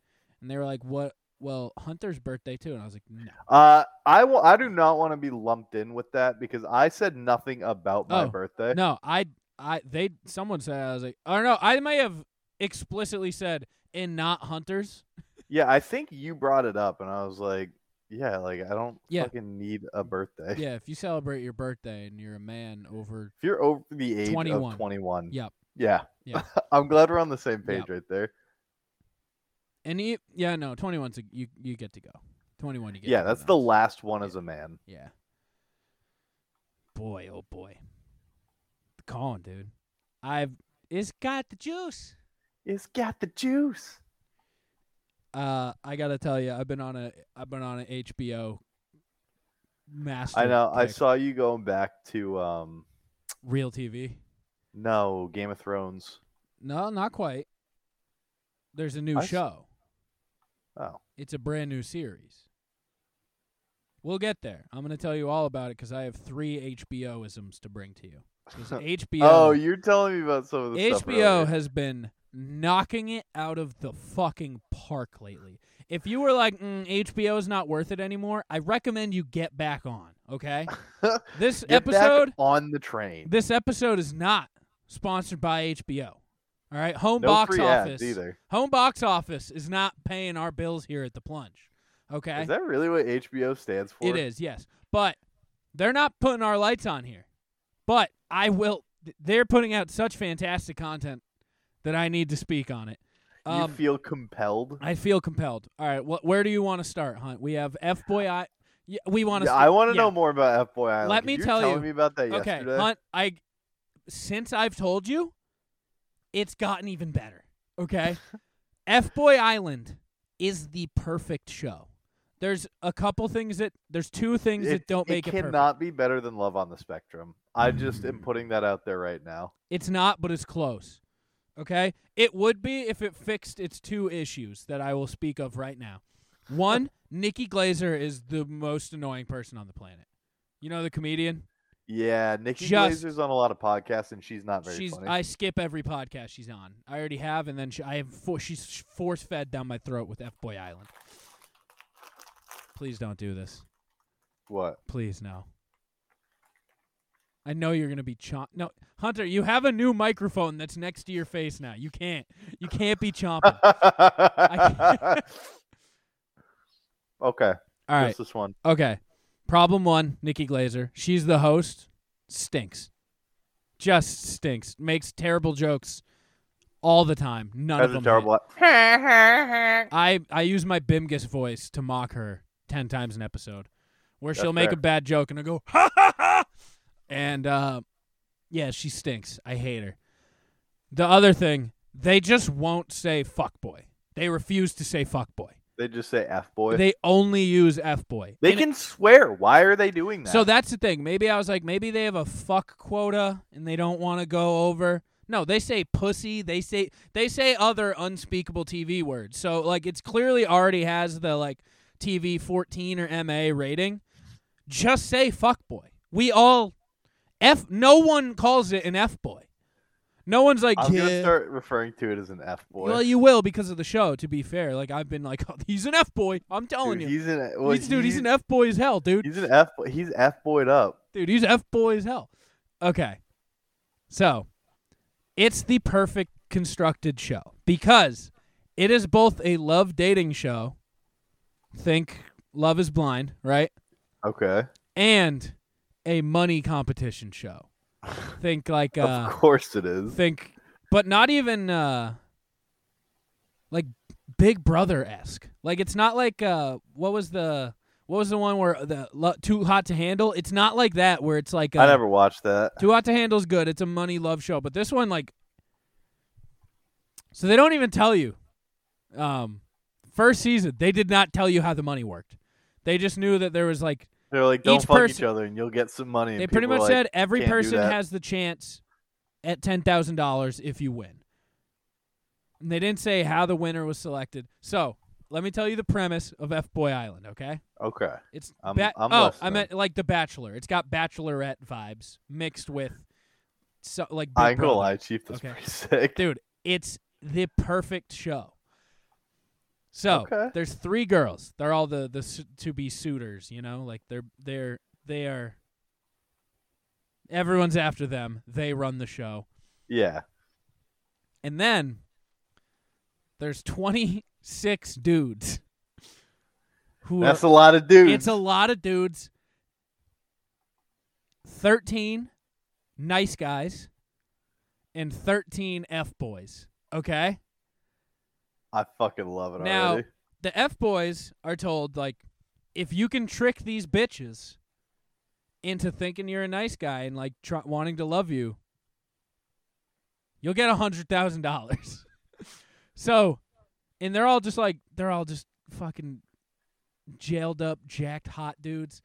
S2: and they were like what well hunter's birthday too and i was like no
S1: Uh, I will. I do not want to be lumped in with that because I said nothing about my
S2: Oh,
S1: birthday.
S2: No, I, I, they, someone said I was like, I don't know. I may have explicitly said, and not hunters.
S1: Yeah, I think you brought it up, and I was like, yeah, like I don't
S2: Yeah.
S1: fucking need a birthday.
S2: yeah, if you celebrate your birthday and you're a man over
S1: If you're over the age
S2: 21.
S1: of 21,
S2: Yep.
S1: yeah,
S2: Yeah.
S1: I'm glad we're on the same page
S2: Yep.
S1: right there.
S2: And e yeah, no, 21's a, you you get to go. 21 you get.
S1: Yeah,
S2: to go
S1: that's
S2: now.
S1: the last one as
S2: Yeah.
S1: a man.
S2: Yeah. Boy, oh boy. Colin, dude. I've it's got the juice.
S1: It's got the juice.
S2: Uh I got to tell you, I've been on a I've been on an HBO master
S1: I know. I
S2: kick.
S1: saw you going back to um,
S2: Real TV.
S1: no Game of Thrones.
S2: No, not quite. There's a new
S1: I s-
S2: show.
S1: Oh,
S2: It's a brand new series. We'll get there. I'm going to tell you all about it because I have three HBOisms to bring to you. 'Cause HBO,
S1: oh, you're telling me about some of the stuff.
S2: HBO
S1: earlier.
S2: has been knocking it out of the fucking park lately. If you were like mm, HBO is not worth it anymore, I recommend you get back on. Okay, this
S1: Get back
S2: episode,
S1: on the train.
S2: this episode is not sponsored by HBO. All right, home
S1: no
S2: box
S1: free
S2: office
S1: ads either.
S2: Home box office is not paying our bills here at the plunge. Okay?
S1: Is that really what HBO stands for?
S2: it is, yes. But they're not putting our lights on here. But I will th- they're putting out such fantastic content that I need to speak on it.
S1: You
S2: Um,
S1: feel compelled.
S2: I feel compelled. All right, wh- where do you want to start, Hunt? We have F boy I yeah, we want to
S1: Yeah, I want to know more about F Boy Island.
S2: Let
S1: 'cause
S2: me
S1: you were
S2: tell
S1: telling
S2: you.
S1: me about that
S2: Okay,
S1: yesterday.
S2: Hunt, I since I've told you, it's gotten even better. Okay? F Boy Island is the perfect show. There's a couple things that there's two things that don't make it, perfect. Mm.
S1: cannot be better than Love on the Spectrum. I just am putting that out there right now.
S2: It's not, but it's close. Okay? It would be if it fixed its two issues that I will speak of right now. One, Nikki Glazer is the most annoying person on the planet. You know the comedian?
S1: Yeah, Nikki
S2: Just-
S1: Glazer's on a lot of podcasts, and she's not very
S2: she's
S1: funny.
S2: I skip every podcast she's on. I already have and then she, I have for, she's force fed down my throat with F Boy Island. Please don't do this.
S1: What?
S2: Please no. I know you're gonna be chomp. No, Hunter, you have a new microphone that's next to your face now. You can't. You can't be chomping.
S1: okay,
S2: All right.
S1: just this one.
S2: Okay. Problem one, Nikki Glazer. She's the host. Stinks. Just stinks. Makes terrible jokes all the time. None
S1: That's
S2: of
S1: a
S2: them.
S1: terrible.
S2: hit. I, I use my Bimgus voice to mock her ten times an episode. Where she'll
S1: That's
S2: make a
S1: fair.
S2: bad joke and I go, ha ha ha and uh yeah, she stinks. I hate her. The other thing, they just won't say fuck boy. They refuse to say fuck boy.
S1: They just say f boy. They,
S2: They only use F boy.
S1: can swear. Why are they doing that?
S2: So that's the thing. Maybe I was like, maybe they have a fuck quota and they don't want to go over. No, they say pussy. They say they say other unspeakable TV words. So like, it's clearly already has the like TV fourteen or MA rating. Just say fuck boy. We all f. No one calls it an f boy. No one's like
S1: I'm
S2: yeah.
S1: gonna start referring to it as an f boy.
S2: well, you will because of the show. To be fair, like I've been like, oh, he's an f boy. I'm telling
S1: dude,
S2: you,
S1: he's an well,
S2: he's, dude, he's an f boy as hell, dude.
S1: He's an f. He's f boyed up.
S2: Dude, he's F boy as hell. Okay. So it's the perfect constructed show because it is both a love dating show. Think Love is Blind, right?
S1: Okay,
S2: And a money competition show. Think like
S1: of
S2: uh
S1: course it is.
S2: think but not even uh like Big Brother esque. Like it's not like uh what was the what was the one where the lo- too hot to handle? It's not like that where it's like uh,
S1: I never watched that.
S2: too Hot to Handle's good. It's a money love show, but this one like So they don't even tell you. Um first season, they did not tell you how the money worked. They just knew that there was like
S1: They're like, don't
S2: each
S1: fuck each
S2: person-
S1: other, and you'll get some money. and
S2: they pretty
S1: people
S2: much
S1: are like,
S2: said every
S1: "Can't do
S2: person
S1: that."
S2: has the chance at $10,000 if you win. And they didn't say how the winner was selected. So, let me tell you the premise of F Boy Island, okay?
S1: Okay,
S2: It's
S1: I'm-
S2: ba-
S1: I'm
S2: oh, I
S1: listening.
S2: meant like The Bachelor. It's got bachelorette vibes mixed with so like Big
S1: I ain't gonna
S2: Brother.
S1: lie, Chief. That's
S2: Okay.
S1: pretty sick.
S2: dude it's the perfect show so
S1: Okay.
S2: there's three girls they're all the the su- to be suitors you know like they're they're they are everyone's after them they run the show
S1: Yeah,
S2: and then there's 26 dudes who
S1: that's
S2: are,
S1: a lot of dudes.
S2: it's a lot of dudes 13 nice guys and 13 f boys okay
S1: I fucking love it
S2: Now-
S1: already.
S2: the F boys are told like if you can trick these bitches into thinking you're a nice guy and like tr- wanting to love you, you'll get a hundred thousand dollars. so, and they're all just like they're all just fucking jailed up, jacked hot dudes.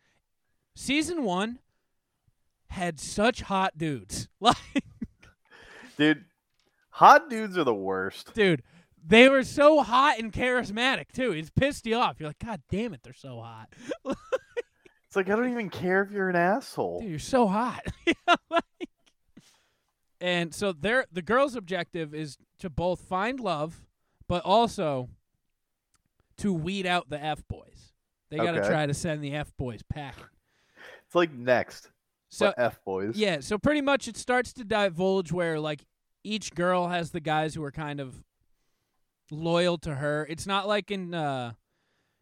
S2: Season one had such hot dudes, like.
S1: Dude, hot dudes are the worst.
S2: dude. They were so hot and charismatic too. It's pissed you off. You're like, God damn it, they're so hot.
S1: It's like I don't even care if you're an asshole.
S2: Dude, you're so hot. Yeah, like- and so their the girl's objective is to both find love, but also to weed out the f boys. They got to
S1: Okay.
S2: try to send the f boys packing.
S1: It's like next.
S2: So
S1: but F boys.
S2: Yeah, so pretty much it starts to divulge where like each girl has the guys who are kind of loyal to her. It's not like in uh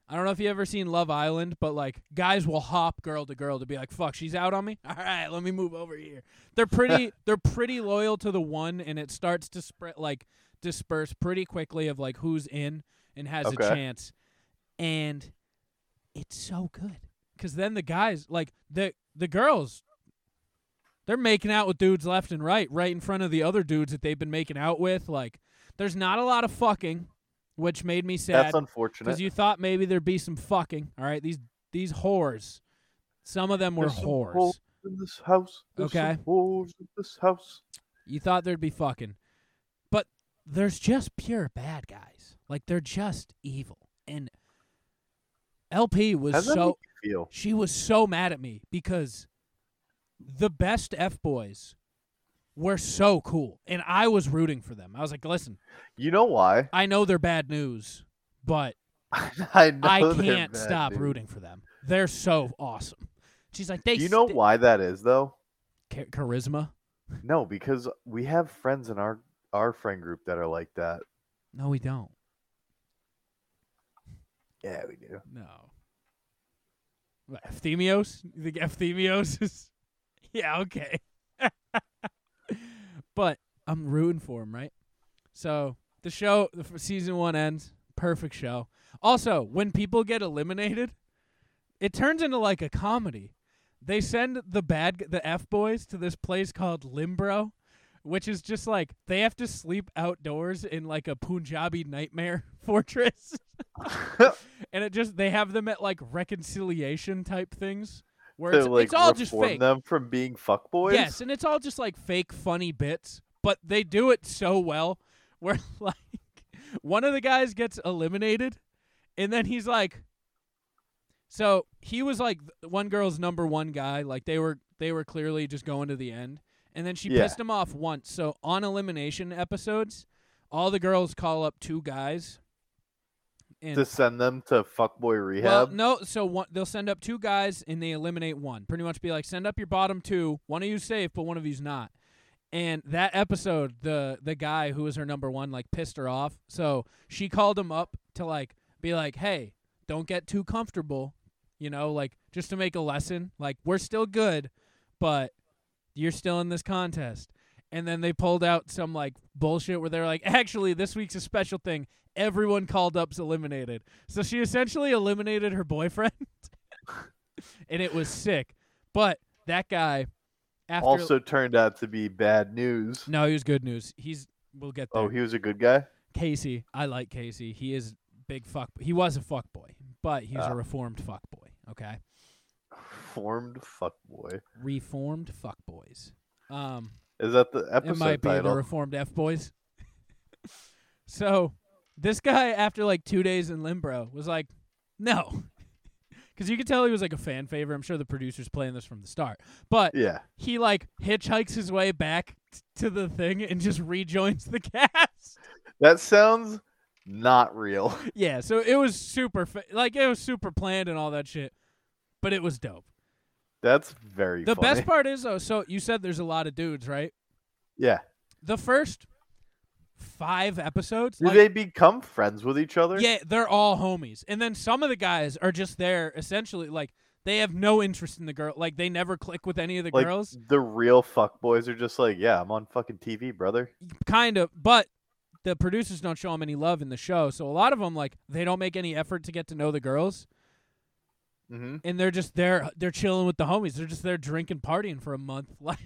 S2: I don't know if you ever seen Love Island, but like guys will hop girl to girl to be like, "Fuck, she's out on me. All right, let me move over here." They're pretty they're pretty loyal to the one and it starts to spread like disperse pretty quickly of like who's in and has
S1: Okay.
S2: a chance. And it's so good cuz then the guys like the the girls they're making out with dudes left and right, right in front of the other dudes that they've been making out with. Like, there's not a lot of fucking. which made me sad
S1: That's unfortunate.
S2: because you thought maybe there'd be some fucking. All right, these these whores. Some of them were
S1: There's some
S2: whores.
S1: whores in this house. There's some
S2: Okay.
S1: whores in this house.
S2: You thought there'd be fucking. But there's just pure bad guys. Like they're just evil. And LP was
S1: How does that
S2: so
S1: make you feel?
S2: she was so mad at me because the best F boys were so cool. And I was rooting for them. I was like, listen,
S1: You know why?
S2: I know they're bad news, but
S1: I know
S2: I
S1: they're
S2: can't
S1: bad,
S2: stop
S1: dude.
S2: rooting for them. They're so awesome. She's like, they
S1: Do you know
S2: sti-
S1: why that is though?
S2: Cha- charisma.
S1: No, because we have friends in our our friend group that are like that.
S2: No, we don't.
S1: Yeah, we do.
S2: No. What, Ephthemios? You think Ephthemios is. Yeah, okay. but I'm rooting for him, right? So the show, the f- season one ends. Perfect show. Also, when people get eliminated, it turns into like a comedy. They send the bad, g- the F boys to this place called Limbro, which is just like they have to sleep outdoors in like a Punjabi nightmare fortress and it just they have them at like reconciliation type things where
S1: To,
S2: it's,
S1: like,
S2: it's all just
S1: reform
S2: fake.
S1: them from being fuckboys.
S2: Yes, and it's all just like fake funny bits, but they do it so well where like one of the guys gets eliminated and then he's like so he was like th- one girl's number one guy, like they were they were clearly just going to the end. And then she
S1: Yeah.
S2: pissed him off once. So on elimination episodes, all the girls call up two guys. And
S1: to send them to fuckboy
S2: well,
S1: rehab.
S2: no. So one, they'll send up two guys and they eliminate one. Pretty much be like, send up your bottom two. One of you's safe, but one of you's not. And that episode, the the guy who was her number one like pissed her off. So she called him up to like be like, hey, don't get too comfortable. You know, like just to make a lesson. Like we're still good, but you're still in this contest. And then they pulled out some like bullshit where they're like, actually, this week's a special thing. Everyone called up's eliminated. So she essentially eliminated her boyfriend, and it was sick. But that guy, after
S1: also turned out to be bad news.
S2: no, he was good news. He's we'll get there.
S1: Oh, he was a good guy.
S2: Casey, I like Casey. He is big fuck. He was a fuck boy, but he's
S1: Ah.
S2: a reformed fuck boy. Okay,
S1: Formed fuckboy.
S2: reformed fuck boys. Um,
S1: Is that the
S2: it
S1: episode
S2: might be
S1: title?
S2: the reformed F boys. so this guy, after like two days in Limbro, was like, no. Because you could tell he was like a fan favorite. I'm sure the producer's playing this from the start. But
S1: yeah.
S2: he like hitchhikes his way back t- to the thing and just rejoins the cast.
S1: That sounds not real.
S2: yeah, so it was super, fa- like it was super planned and all that shit. But it was dope.
S1: That's very
S2: The
S1: funny.
S2: best part is though, so you said there's a lot of dudes, right?
S1: Yeah.
S2: The first five episodes,
S1: Do
S2: like-
S1: they become friends with each other?
S2: Yeah, they're all homies. And then some of the guys are just there essentially like they have no interest in the girl. Like they never click with any of the
S1: Like
S2: girls.
S1: the real fuckboys are just like, yeah, I'm on fucking TV, brother.
S2: Kind of, but the producers don't show them any love in the show. So a lot of them like they don't make any effort to get to know the girls
S1: hmm
S2: and they're just there they're chilling with the homies. They're just there drinking partying for a month like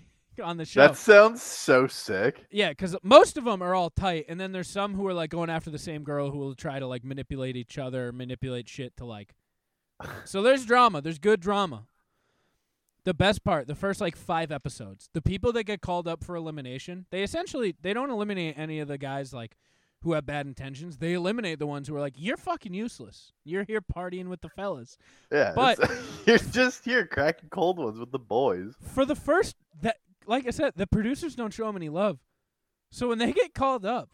S2: on the show.
S1: That sounds so sick.
S2: Yeah, because most of them are all tight, and then there's some who are like going after the same girl who will try to like manipulate each other, manipulate shit to like. so there's drama. There's good drama. The best part, the first like five episodes, the people that get called up for elimination, they essentially they don't eliminate any of the guys like who have bad intentions. They eliminate the ones who are like, "You're fucking useless. You're here partying with the fellas."
S1: Yeah.
S2: But-
S1: it's- you're just here cracking cold ones with the boys.
S2: for the first that like I said, the producers don't show them any love. So when they get called up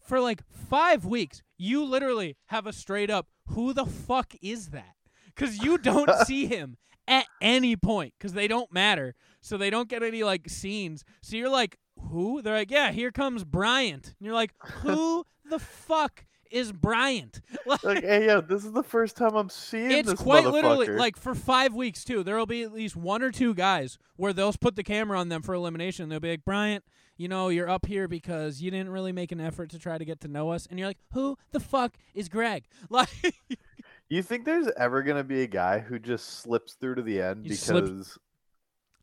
S2: for like five weeks, you literally have a straight up who the fuck is that? Because you don't see him at any point because they don't matter. So they don't get any like scenes. So you're like, who? They're like, yeah, here comes Bryant. And you're like, who the fuck is Bryant? Like,
S1: Like, hey, yo, this is the first time I'm seeing
S2: it's
S1: this
S2: quite literally
S1: motherfucker."
S2: like for five weeks too. There will be at least one or two guys where they'll put the camera on them for elimination. They'll be like, Bryant, you know, you're up here because you didn't really make an effort to try to get to know us, and you're like, who the fuck is Greg? Like,
S1: You think there's ever gonna be a guy who just slips through to the end
S2: He slipped-
S1: because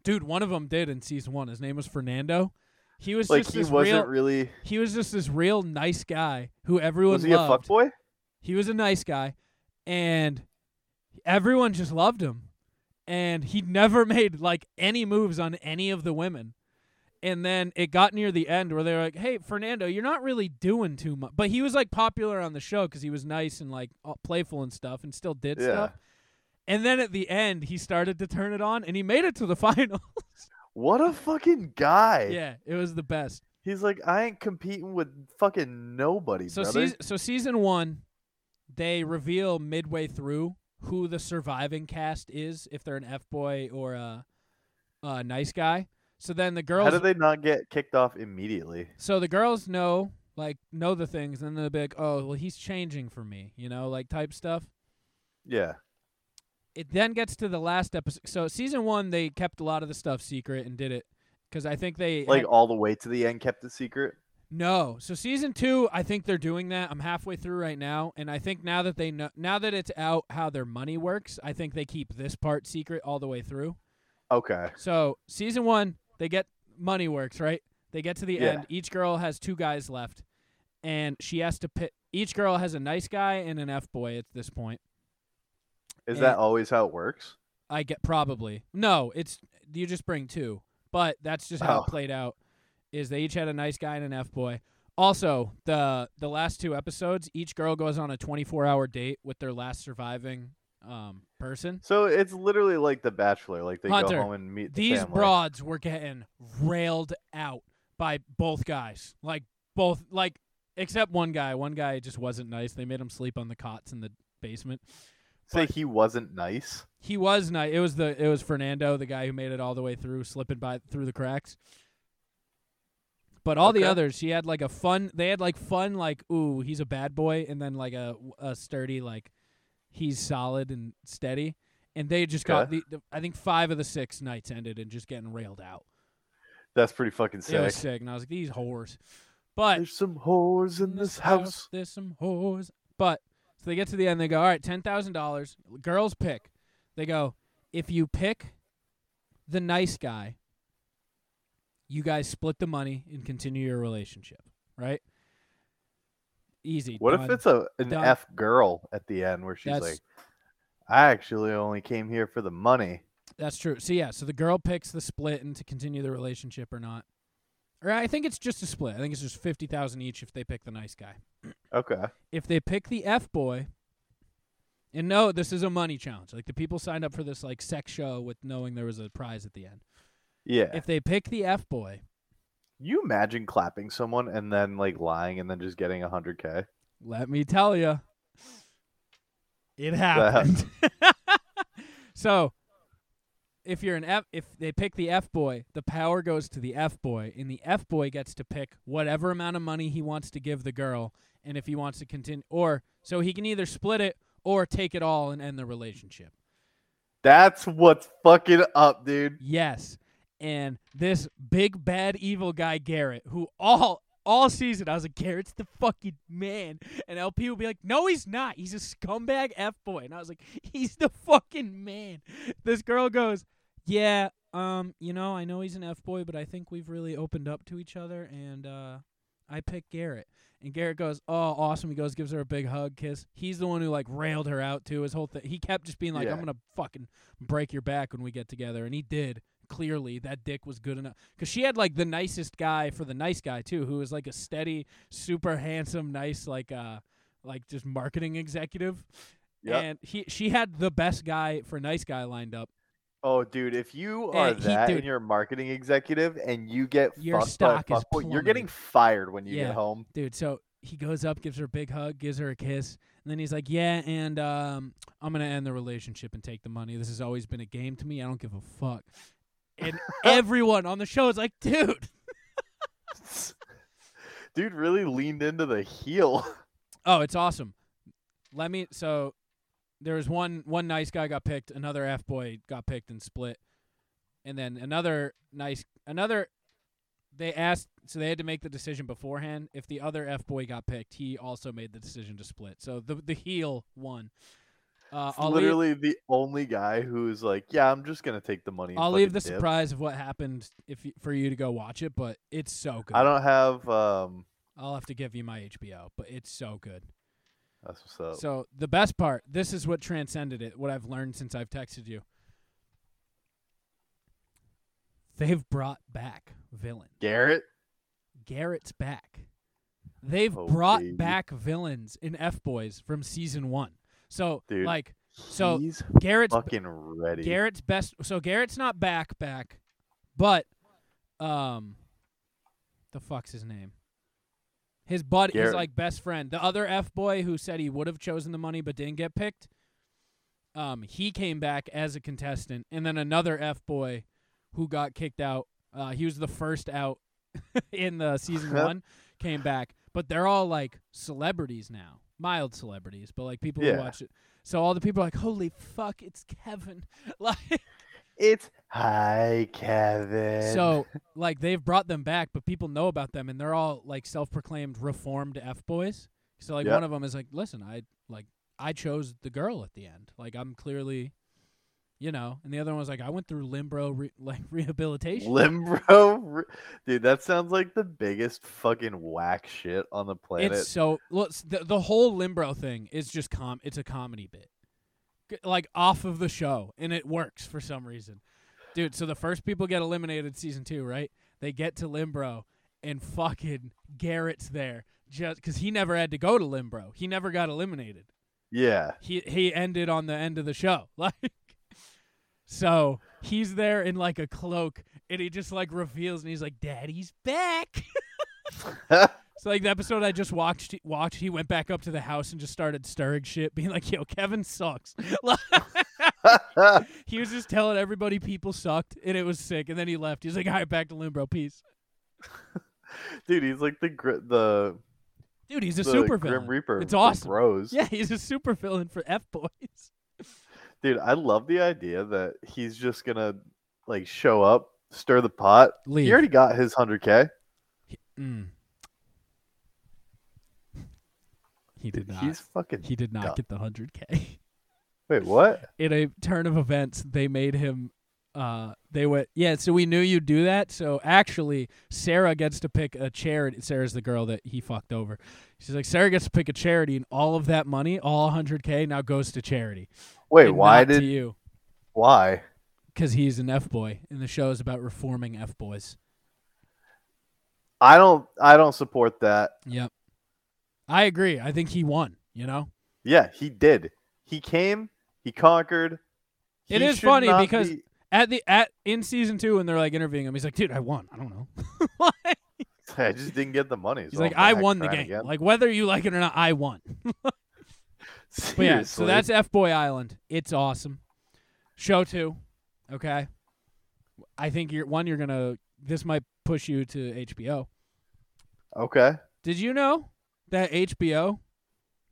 S2: dude, one of them did in season one. His name was Fernando, He was
S1: Like
S2: just
S1: he
S2: this
S1: wasn't
S2: real.
S1: really.
S2: he was just this real nice guy who everyone
S1: Was he
S2: loved.
S1: a fuckboy?
S2: he was a nice guy and everyone just loved him and he never made like any moves on any of the women and then it got near the end where they were like hey fernando you're not really doing too much but he was like popular on the show because he was nice and like all- playful and stuff and still did
S1: Yeah.
S2: stuff and then at the end he started to turn it on and he made it to the final
S1: What a fucking guy.
S2: yeah it was the best
S1: He's like, I ain't competing with fucking nobody,
S2: So
S1: brother.
S2: season so season one, they reveal midway through who the surviving cast is, if they're an F boy or a, a nice guy. So then the
S1: How
S2: girls,
S1: did they not get kicked off immediately?
S2: so the girls know like know the things, and then they'll be like, oh well, he's changing for me, you know, like type stuff.
S1: Yeah.
S2: It then gets to the last episode. So season one, they kept a lot of the stuff secret and did it because I think they
S1: Like
S2: had-
S1: all the way to the end kept it secret.
S2: No. So season two, I think they're doing that. I'm halfway through right now, and I think now that they know, now that it's out how their money works, I think they keep this part secret all the way through.
S1: Okay.
S2: So season one, they get money works right. They get to the
S1: Yeah.
S2: end. Each girl has two guys left, and she has to pick. Each girl has a nice guy and an f boy at this point.
S1: Is
S2: Yeah.
S1: that always how it works?
S2: I get probably no. It's you just bring two, but that's just how
S1: Oh.
S2: it played out. Is they each had a nice guy and an f boy. Also, the the last two episodes, each girl goes on a 24 hour date with their last surviving um, person.
S1: So it's literally like The Bachelor. Like they
S2: Hunter,
S1: go home and meet the
S2: These
S1: family.
S2: broads were getting railed out by both guys, like both like except one guy. One guy just wasn't nice. They made him sleep on the cots in the basement.
S1: Say he wasn't nice.
S2: He was nice. It was the it was Fernando, the guy who made it all the way through, slipping by through the cracks. But all the
S1: Okay.
S2: others, she had like a fun. They had like fun, like ooh, he's a bad boy, and then like a a sturdy, like he's solid and steady. And they just got
S1: Okay.
S2: the, the. I think five of the six nights ended in just getting railed out.
S1: That's pretty fucking sick.
S2: It was sick, and I was like, these whores. But
S1: There's some whores in this house.
S2: there's some whores. But so they get to the end, they go, all right, ten thousand dollars. Girls pick. They go, if you pick the nice guy, you guys split the money and continue your relationship, right? Easy.
S1: What if
S2: done.
S1: it's a an
S2: Done.
S1: F girl at the end where she's
S2: That's-
S1: like, I actually only came here for the money.
S2: That's true. So yeah, so the girl picks the split and to continue the relationship or not. Or I think it's just a split. I think it's just fifty thousand each if they pick the nice guy.
S1: Okay.
S2: if they pick the F boy, and no, this is a money challenge. Like the people signed up for this like sex show with knowing there was a prize at the end.
S1: Yeah.
S2: If they pick the F boy,
S1: you imagine clapping someone and then like lying and then just getting a hundred K?
S2: let me tell you, it happened. so, if you're an F, if they pick the F boy, the power goes to the F boy, and the F boy gets to pick whatever amount of money he wants to give the girl, and if he wants to continue, or so he can either split it or take it all and end the relationship.
S1: That's what's fucking up, dude.
S2: Yes. And this big bad evil guy Garrett, who all all season I was like, Garrett's the fucking man. And LP would be like, No, he's not. He's a scumbag F boy. And I was like, He's the fucking man. This girl goes, Yeah, um, you know, I know he's an F boy, but I think we've really opened up to each other and uh I pick Garrett. And Garrett goes, Oh, awesome. He goes, gives her a big hug, kiss. He's the one who like railed her out too. His whole thing he kept just being like,
S1: Yeah.
S2: I'm gonna fucking break your back when we get together. And he did. Clearly, that dick was good enough. Because she had like the nicest guy for the nice guy, too, who was like a steady, super handsome, nice, like, uh, like just marketing executive.
S1: Yep.
S2: And he, she had the best guy for nice guy lined up.
S1: Oh, dude, if you
S2: Eh,
S1: are
S2: he-
S1: that
S2: dude.
S1: and you're a marketing executive and you get
S2: Your
S1: fucked
S2: stock
S1: by a
S2: is
S1: fuckboy, you're
S2: plummeting.
S1: getting fired when you
S2: Yeah.
S1: get home.
S2: dude so he goes up gives her a big hug gives her a kiss and then he's like yeah and um, i'm gonna end the relationship and take the money this has always been a game to me i don't give a fuck and everyone on the show is like dude
S1: Dude really leaned into the heel.
S2: oh it's awesome let me so there was one one nice guy got picked another f boy got picked and split and then another nice another they asked so they had to make the decision beforehand if the other f boy got picked he also made the decision to split so the the heel won Uh,
S1: It's
S2: I'll leave-
S1: literally the only guy who's like, yeah, I'm just gonna take the money. and
S2: I'll leave
S1: fucking
S2: the
S1: dip."
S2: surprise of what happened if you, for you to go watch it, but it's so good.
S1: I don't have. Um,
S2: I'll have to give you my HBO, but it's so good.
S1: that's what's up.
S2: So the best part, this is what transcended it. What I've learned since I've texted you, they've brought back villain.
S1: Garrett,
S2: Garrett's back. They've
S1: Oh,
S2: brought
S1: baby.
S2: back villains in F Boys from season one. So
S1: Dude,
S2: like, so
S1: he's
S2: Garrett's
S1: fucking ready.
S2: Garrett's best. So Garrett's not back back, but um, the fuck's his name? His buddy, his
S1: Garrett.
S2: like best friend, the other f boy who said he would have chosen the money but didn't get picked. Um, he came back as a contestant, and then another f boy who got kicked out. Uh, he was the first out in the season one. Came back, but they're all like celebrities now, mild celebrities, but like people who
S1: Yeah.
S2: watch it. So all the people are like, "Holy fuck, it's Kevin!" like,
S1: It's hi, Kevin.
S2: so like they've brought them back, but people know about them, and they're all like self-proclaimed reformed f boys. So like
S1: Yep.
S2: one of them is like, "Listen, I like I chose the girl at the end. Like I'm clearly, you know." And the other one was like, "I went through limbro re- like rehabilitation."
S1: Limbro, re- dude, that sounds like the biggest fucking whack shit on the planet.
S2: it's so look s- the, the whole limbro thing is just com. It's a comedy bit, G- like off of the show, and it works for some reason, dude. So the first people get eliminated season two, right? They get to limbro, and fucking Garrett's there just because he never had to go to limbro. He never got eliminated.
S1: yeah,
S2: He he ended on the end of the show, like. So he's there in like a cloak, and he just like reveals, and he's like, "Daddy's back." So like the episode I just watched, watched he went back up to the house and just started stirring shit, being like, "Yo, Kevin sucks." Like, he was just telling everybody people sucked, and it was sick. And then he left. He's like, "All right, back to Limbro, peace."
S1: dude, he's like the gr- the
S2: Dude, he's a
S1: the
S2: super
S1: Grim
S2: villain.
S1: Reaper.
S2: It's
S1: from
S2: awesome.
S1: Bros.
S2: Yeah, he's a super villain for F Boys.
S1: dude, I love the idea that he's just gonna like show up, stir the pot.
S2: Leave.
S1: He already got his hundred k.
S2: Mm. He did not.
S1: He's fucking.
S2: he did not
S1: dumb.
S2: get the hundred k.
S1: Wait, what?
S2: in a turn of events, they made him. Uh, they went, yeah. So we knew you'd do that. So actually, Sarah gets to pick a charity. Sarah's the girl that he fucked over. She's like, Sarah gets to pick a charity, and all of that money, all 100k, now goes to charity.
S1: Wait,
S2: And
S1: why
S2: not
S1: did
S2: to you?
S1: why?
S2: Because he's an f boy, and the show is about reforming f boys.
S1: I don't I don't support that.
S2: Yep, I agree. I think he won. You know,
S1: Yeah, he did. He came. He conquered.
S2: It
S1: He
S2: is
S1: should
S2: funny
S1: not
S2: because-
S1: be-
S2: at the at in season two, and they're like interviewing him. He's like, dude, I won. I don't know. Like,
S1: I just didn't get the money.
S2: he's
S1: so
S2: like,
S1: I'm
S2: I
S1: back
S2: won the
S1: trying
S2: game.
S1: again."
S2: Like whether you like it or not, I won. But yeah, so
S1: Seriously.
S2: that's F Boy Island. It's awesome. Show two, okay. I think you're one. You're gonna. This might push you to HBO.
S1: okay.
S2: Did you know that HBO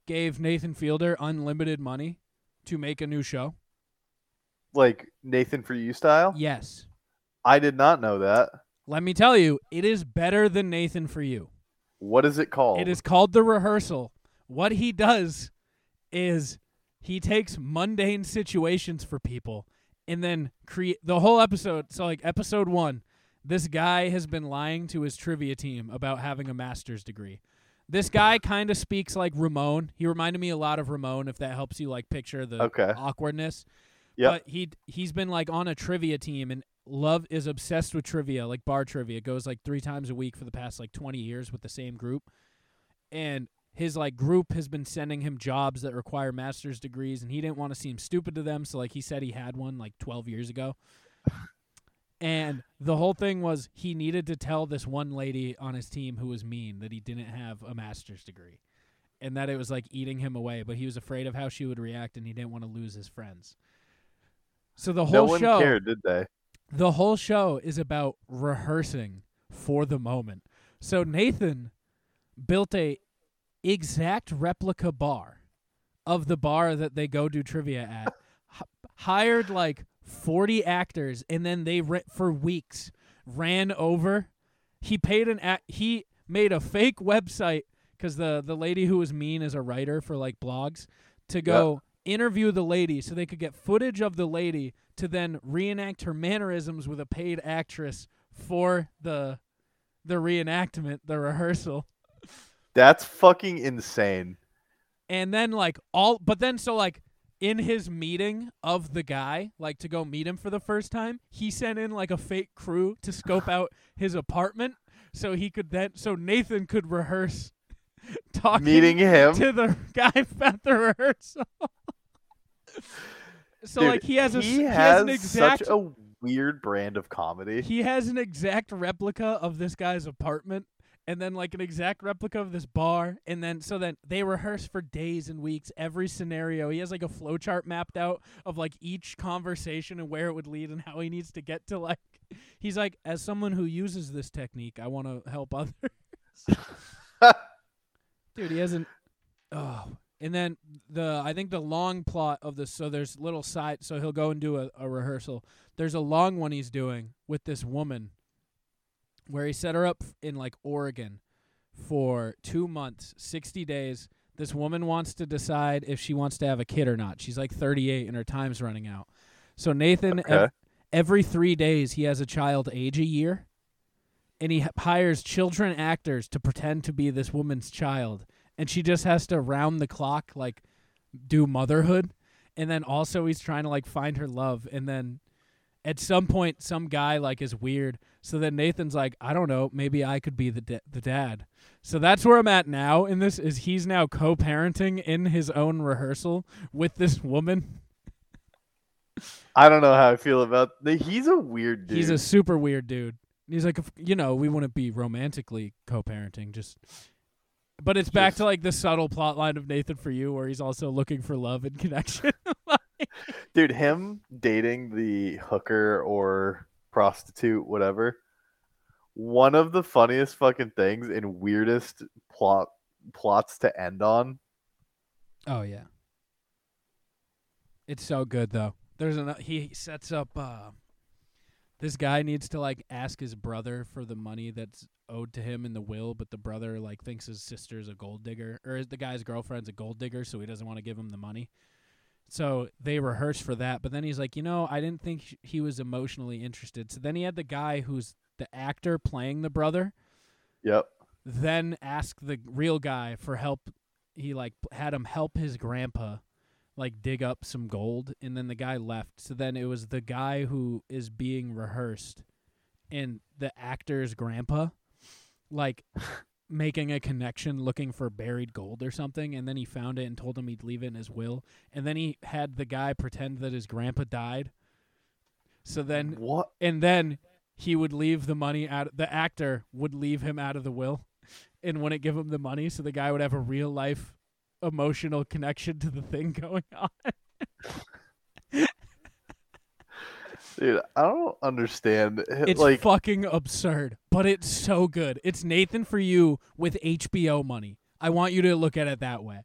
S2: gave Nathan Fielder unlimited money to make a new show?
S1: Like Nathan for you style.
S2: Yes.
S1: I did not know that.
S2: Let me tell you, it is better than Nathan for you.
S1: What is it called?
S2: It is called the rehearsal. What he does is he takes mundane situations for people and then create the whole episode. So, like, episode one, this guy has been lying to his trivia team about having a master's degree. This guy kind of speaks like Ramon. He reminded me a lot of Ramon, if that helps you, like, picture the
S1: Okay.
S2: awkwardness.
S1: Yep.
S2: But he he's been like on a trivia team and Love is obsessed with trivia, like bar trivia. Goes like 3 times a week for the past like 20 years with the same group. And his like group has been sending him jobs that require master's degrees and he didn't want to seem stupid to them, so like he said he had one like 12 years ago. And the whole thing was he needed to tell this one lady on his team who was mean that he didn't have a master's degree and that it was like eating him away, but he was afraid of how she would react and he didn't want to lose his friends. So the
S1: no
S2: whole
S1: one
S2: show
S1: cared, did they?
S2: the whole show is about rehearsing for the moment. So Nathan built a exact replica bar of the bar that they go do trivia at. H- hired like 40 actors and then they re- for weeks ran over. He paid an act he made a fake website cuz the the lady who was mean is a writer for like blogs to go interview the lady so they could get footage of the lady to then reenact her mannerisms with a paid actress for the the reenactment, the rehearsal.
S1: That's fucking insane.
S2: And then like all but then so like in his meeting of the guy, like to go meet him for the first time, he sent in like a fake crew to scope out his apartment so he could then so Nathan could rehearse talking
S1: Meeting him.
S2: to the guy at the rehearsal. so
S1: Dude,
S2: like he has a s-
S1: he
S2: he
S1: has,
S2: has an exact
S1: such a weird brand of comedy.
S2: he has an exact replica of this guy's apartment and then like an exact replica of this bar and then so then they rehearse for days and weeks every scenario he has like a flowchart mapped out of like each conversation and where it would lead and how he needs to get to like he's like as someone who uses this technique i want to help others dude he hasn't oh and then the i think the long plot of this so there's little side so he'll go and do a, a rehearsal there's a long one he's doing with this woman where he set her up in like Oregon for 2 months, 60 days. This woman wants to decide if she wants to have a kid or not. She's like 38 and her time's running out. So Nathan ev-
S1: Okay.
S2: every 3 days he has a child age a year and he h- hires children actors to pretend to be this woman's child and she just has to round the clock like do motherhood and then also he's trying to like find her love and then at some point some guy like is weird so then nathan's like i don't know maybe i could be the, da- the dad so that's where i'm at now in this is he's now co-parenting in his own rehearsal with this woman
S1: I don't know how I feel about. The, he's a weird dude.
S2: he's a super weird dude And he's like if, you know we wouldn't be romantically co-parenting just but it's back to like the subtle plot line of nathan for you where he's also looking for love and connection
S1: dude. Him dating the hooker or prostitute, whatever. One of the funniest fucking things and weirdest plot plots to end on.
S2: Oh yeah. It's so good though. There's an he sets up uh this guy needs to like ask his brother for the money that's owed to him in the will, but the brother like thinks his sister's a gold digger or the guy's girlfriend's a gold digger, so he doesn't want to give him the money. So they rehearse for that, but then he's like, you know, I didn't think sh- he was emotionally interested. So then he had the guy who's the actor playing the brother
S1: Yep.
S2: then ask the real guy for help. He like p- had him help his grandpa like dig up some gold and then the guy left. So then it was the guy who is being rehearsed and the actor's grandpa like making a connection looking for buried gold or something and then he found it and told him he'd leave it in his will and then he had the guy pretend that his grandpa died. So then
S1: What?
S2: and then he would leave the money out the actor would leave him out of the will and wouldn't give him the money so the guy would have a real life emotional connection to the thing going on
S1: Dude, I don't understand.
S2: it's
S1: like
S2: fucking absurd but it's so good it's nathan for you with hbo money i want you to look at it that way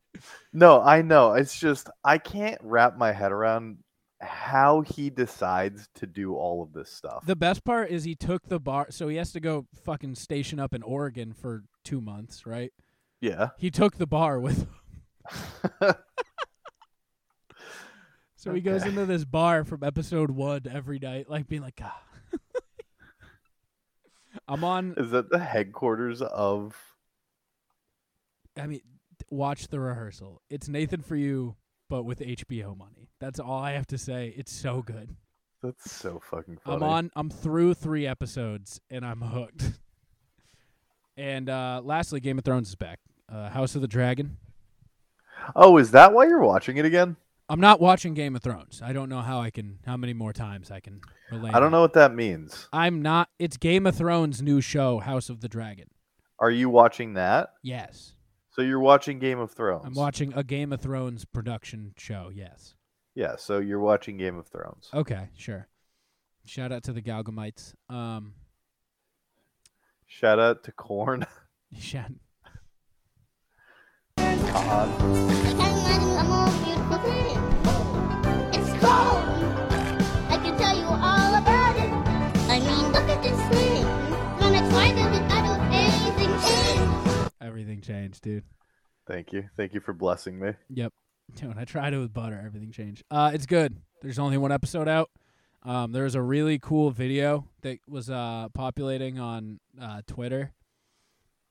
S1: No, I know. It's just I can't wrap my head around how he decides to do all of this stuff.
S2: the best part is he took the bar so he has to go fucking station up in oregon for two months right
S1: yeah.
S2: he took the bar with him. so he goes
S1: Okay.
S2: into this bar from episode one every night, like being like, God. I'm on.
S1: Is that the headquarters of
S2: I mean, watch the rehearsal. It's Nathan for you, but with HBO money. That's all I have to say. It's so good.
S1: That's so fucking funny.
S2: I'm on. I'm through three episodes, and I'm hooked. and uh, lastly, Game of Thrones is back. Uh, House of the Dragon.
S1: Oh, is that why you're watching it again?
S2: I'm not watching Game of Thrones. I don't know how I can how many more times I can relate.
S1: I don't know what that means.
S2: I'm not it's Game of Thrones new show House of the Dragon.
S1: Are you watching that?
S2: Yes.
S1: So you're watching Game of Thrones.
S2: I'm watching a Game of Thrones production show. Yes.
S1: Yeah, so you're watching Game of Thrones.
S2: Okay, sure. Shout out to the Galgamites. Um
S1: Shout out to Corn.
S2: shout-
S3: I can imagine a more beautiful thing. It's cold. I can tell you all about it. I mean, look at this thing. When I try to get out of anything,
S2: everything changed, dude.
S1: Thank you. Thank you for blessing me.
S2: Yep. Dude, I tried it with butter. Everything changed. Uh, it's good. There's only one episode out. Um, there was a really cool video that was uh, populating on uh, Twitter,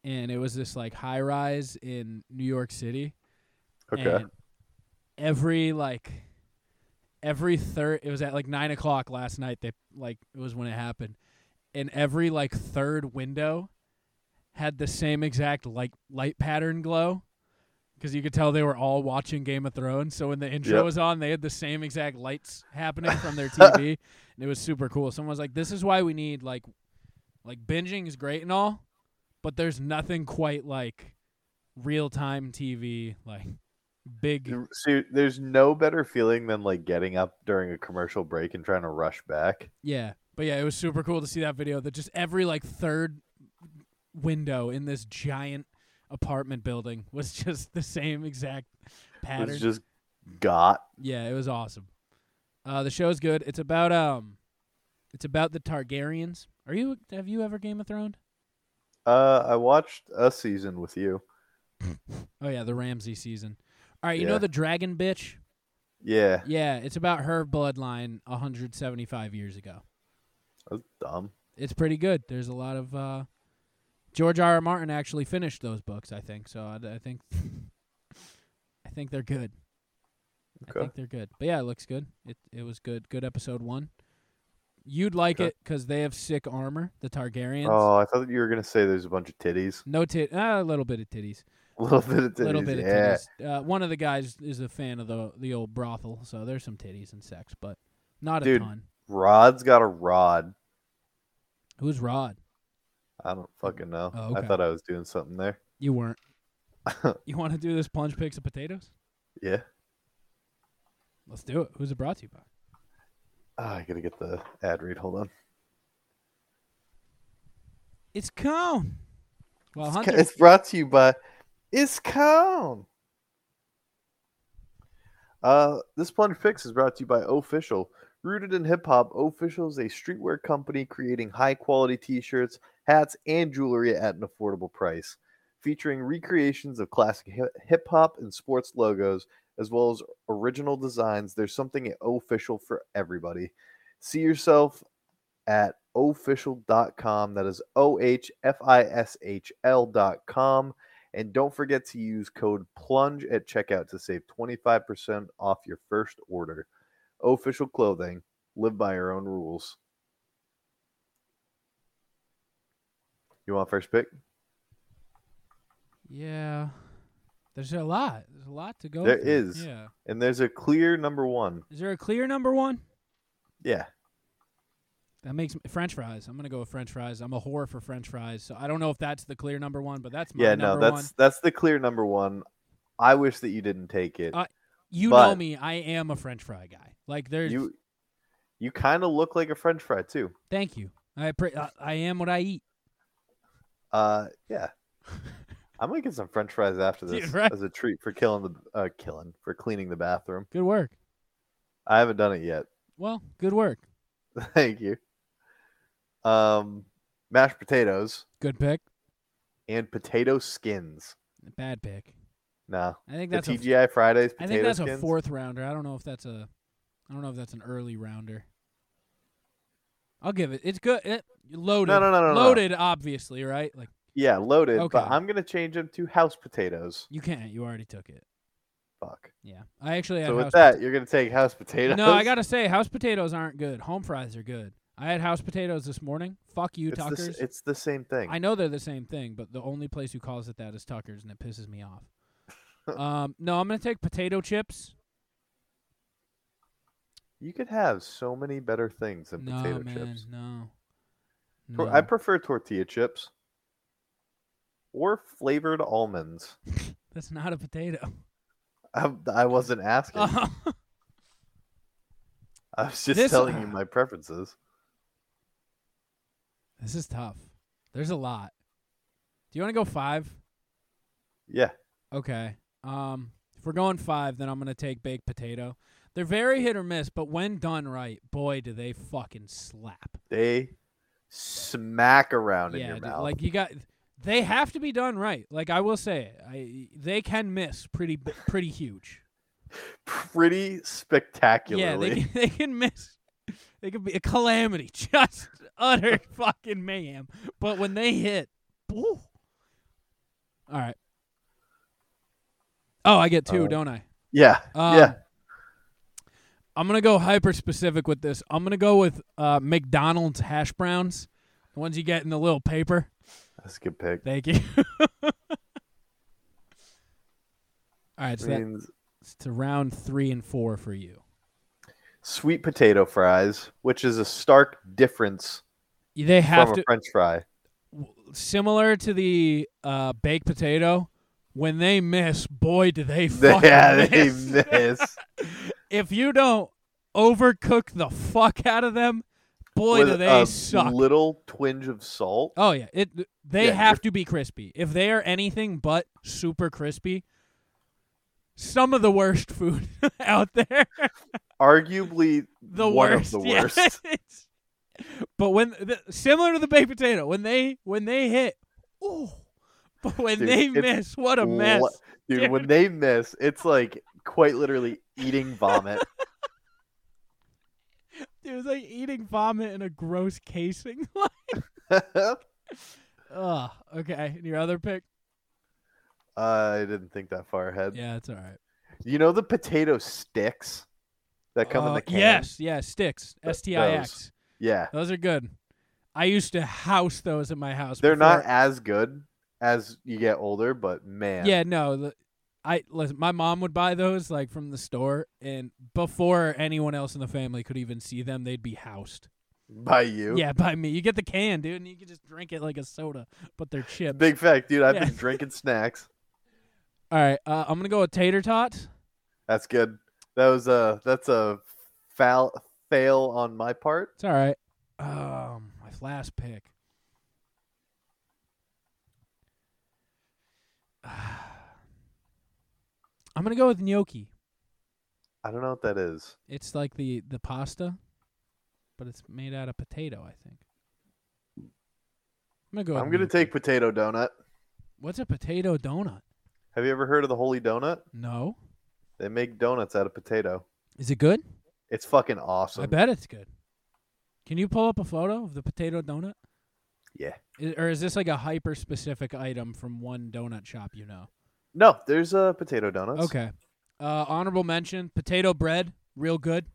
S2: and it was this like high rise in New York City.
S1: Okay.
S2: And every like every third it was at like nine o'clock last night they like it was when it happened. And every like third window had the same exact like light pattern glow. Because you could tell they were all watching Game of Thrones, so when the intro
S1: Yep.
S2: was on, they had the same exact lights happening from their TV, and it was super cool. Someone was like, "This is why we need like, like binging is great and all, but there's nothing quite like real time TV, like big.
S1: Th- So there's no better feeling than like getting up during a commercial break and trying to rush back.
S2: Yeah. But yeah, it was super cool to see that video that just every like third window in this giant apartment building was just the same exact pattern.
S1: It's just got
S2: yeah, it was awesome. Uh, the show's good. It's about um it's about the Targaryens. Are you have you ever Game of Thrones?
S1: uh I watched a season with you.
S2: Oh yeah, the Ramsey season. All right, you know
S1: Yeah.
S2: the dragon bitch?
S1: Yeah.
S2: Yeah, it's about her bloodline 175 years ago.
S1: That's dumb.
S2: it's pretty good. There's a lot of uh, George R. R. Martin actually finished those books, I think. So I, I think I think they're good. I
S1: Okay.
S2: think they're good. But yeah, it looks good. It it was good. Good episode one. You'd like
S1: Okay.
S2: it 'cause they have sick armor, the Targaryens.
S1: Oh, I thought you were gonna say there's a bunch of titties.
S2: No tit, ah, a little bit of titties,
S1: A little bit of titties.
S2: little bit
S1: yeah.
S2: of titties. Uh, one of the guys is a fan of the the old brothel, so there's some titties and sex, but not
S1: Dude.
S2: a ton.
S1: Rod's got a rod.
S2: Who's Rod?
S1: I don't fucking know.
S2: Oh, okay.
S1: I thought I was doing something there.
S2: You weren't. you want to do this plunge picks of potatoes?
S1: Yeah.
S2: Let's do it. Who's it brought to you by?
S1: Ah, I gotta get the ad read. Hold on.
S2: It's cone. Well,
S1: It's ca-
S2: Hunter,
S1: It's brought to you by Iscone. Uh, this plunge fix is brought to you by Official. Rooted in hip hop, Official is a streetwear company creating high quality t shirts, hats, and jewelry at an affordable price. Featuring recreations of classic hip hop and sports logos, as well as original designs, there's something at Official for everybody. See yourself at official.com. That is O H F I S H L.com. And don't forget to use code PLUNGE at checkout to save 25% off your first order. Official clothing. Live by your own rules. You want first pick?
S2: yeah, there's a lot. There's a lot to go.
S1: There
S2: There is.
S1: is.
S2: Yeah.
S1: And there's a clear number one.
S2: Is there a clear number one?
S1: Yeah.
S2: That makes me, French fries. I'm gonna go with French fries. I'm a whore for French fries, so I don't know if that's the clear number one, but that's my
S1: yeah, no,
S2: number
S1: that's
S2: one.
S1: that's the clear number one. I wish that you didn't take it.
S2: Uh, You know
S1: but-
S2: me. I am a French fry guy. Like there's.
S1: you you kind of look like a french fry too.
S2: thank you. I, pre- I I am what I eat.
S1: Uh, yeah. I'm gonna get some French fries after
S2: Dude,
S1: this
S2: right?
S1: as a treat for killing the uh, killing for cleaning the bathroom.
S2: Good work.
S1: I haven't done it yet.
S2: Well, good work.
S1: Thank you. Um, mashed potatoes
S2: Good pick.
S1: and potato skins.
S2: Bad pick.
S1: Nah,
S2: I think
S1: the
S2: that's a f-
S1: TGI Fridays
S2: I
S1: potato
S2: think that's a
S1: skins.
S2: fourth rounder. I don't know if that's a I don't know if that's an early rounder. I'll give it. It's good. It, loaded.
S1: no, no, no, no.
S2: Loaded, obviously, right? Like
S1: Yeah, loaded. But
S2: Okay.
S1: I'm gonna change them to house potatoes.
S2: you can't. You already took it.
S1: Fuck.
S2: Yeah. I actually had
S1: so
S2: house
S1: with that, you're gonna take house potatoes.
S2: No, I gotta say, house potatoes aren't good. Home fries are good. I had house potatoes this morning. Fuck you,
S1: It's the,
S2: Tuckers.
S1: s- it's the same thing.
S2: I know they're the same thing, but the only place who calls it that is Tuckers, and it pisses me off. um, no, I'm gonna take potato chips.
S1: You could have so many better things than
S2: no,
S1: potato
S2: man,
S1: chips.
S2: no.
S1: Tor-
S2: no.
S1: I prefer tortilla chips or flavored almonds.
S2: That's not a potato.
S1: I, I wasn't asking.
S2: Oh.
S1: I was just
S2: this-
S1: telling you my preferences.
S2: this is tough. There's a lot. Do you want to go five?
S1: Yeah.
S2: Okay. Um, if we're going five, then I'm gonna take baked potato. They're very hit or miss, but when done right, boy, do they fucking slap.
S1: They smack around in
S2: yeah,
S1: your
S2: dude,
S1: mouth.
S2: like you got. They have to be done right. Like I will say, it. I they can miss pretty b- pretty huge.
S1: pretty spectacularly.
S2: Yeah, they can, they can miss. They could be a calamity, just utter fucking mayhem. But when they hit, woo. all right. Oh, I get two,
S1: Uh,
S2: don't I?
S1: Yeah.
S2: Um,
S1: yeah.
S2: I'm gonna go hyper specific with this. I'm gonna go with uh, McDonald's hash browns, the ones you get in the little paper.
S1: That's a good pick.
S2: Thank you. All right, so that,
S1: Means
S2: it's to round three and four for you.
S1: sweet potato fries, which is a stark difference
S2: They have
S1: from
S2: to
S1: a French fry.
S2: similar to the uh, baked potato. When they miss, boy, do they fucking
S1: Yeah, they
S2: miss.
S1: miss.
S2: if you don't overcook the fuck out of them, boy, do
S1: with
S2: they
S1: a
S2: suck.
S1: Little twinge of salt.
S2: Oh yeah, it. They
S1: Yeah,
S2: have
S1: you're-
S2: to be crispy. If they are anything but super crispy, some of the worst food out there.
S1: Arguably
S2: The
S1: one
S2: worst.
S1: of the
S2: yeah.
S1: worst.
S2: It's- but when the, similar to the baked potato, when they when they hit, ooh. But when
S1: Dude,
S2: they
S1: it's
S2: miss, what a
S1: Wha-
S2: mess.
S1: dude,
S2: dude.
S1: When they miss, it's like quite literally eating vomit.
S2: It was like eating vomit in a gross casing. Ugh. Okay. And your other pick?
S1: I didn't think that far ahead.
S2: Yeah, it's all right.
S1: You know the potato sticks that come in
S2: Uh,
S1: the can.
S2: Yes, yes, sticks.
S1: Th-
S2: S T I X.
S1: Yeah.
S2: Those are good. I used to house those at my house.
S1: They're not
S2: before-
S1: as good as you get older, but man.
S2: Yeah, no. the- I listen, my mom would buy those like from the store, and before anyone else in the family could even see them, they'd be housed.
S1: By you.
S2: Yeah, by me. You get the can, dude, and you can just drink it like a soda, but they're chips.
S1: Big fact, dude. I've
S2: Yeah.
S1: been drinking snacks.
S2: All right, uh, I'm gonna go with tater tots.
S1: That's good. That was a that's a foul fail on my part.
S2: It's all right. Um, my last pick. I'm gonna go with gnocchi.
S1: I don't know what that is.
S2: It's like the the pasta, but it's made out of potato. I think. I'm gonna go.
S1: I'm
S2: with
S1: gonna
S2: gnocchi.
S1: take potato donut.
S2: What's a potato donut?
S1: Have you ever heard of the holy donut?
S2: No.
S1: They make donuts out of potato.
S2: Is it good?
S1: It's fucking
S2: I
S1: awesome.
S2: bet it's good. Can you pull up a photo of the potato donut?
S1: Yeah.
S2: I- or is this like a hyper specific item from one donut shop you know?
S1: No, there's uh, potato donuts.
S2: Okay. Uh, honorable mention: potato bread, real good.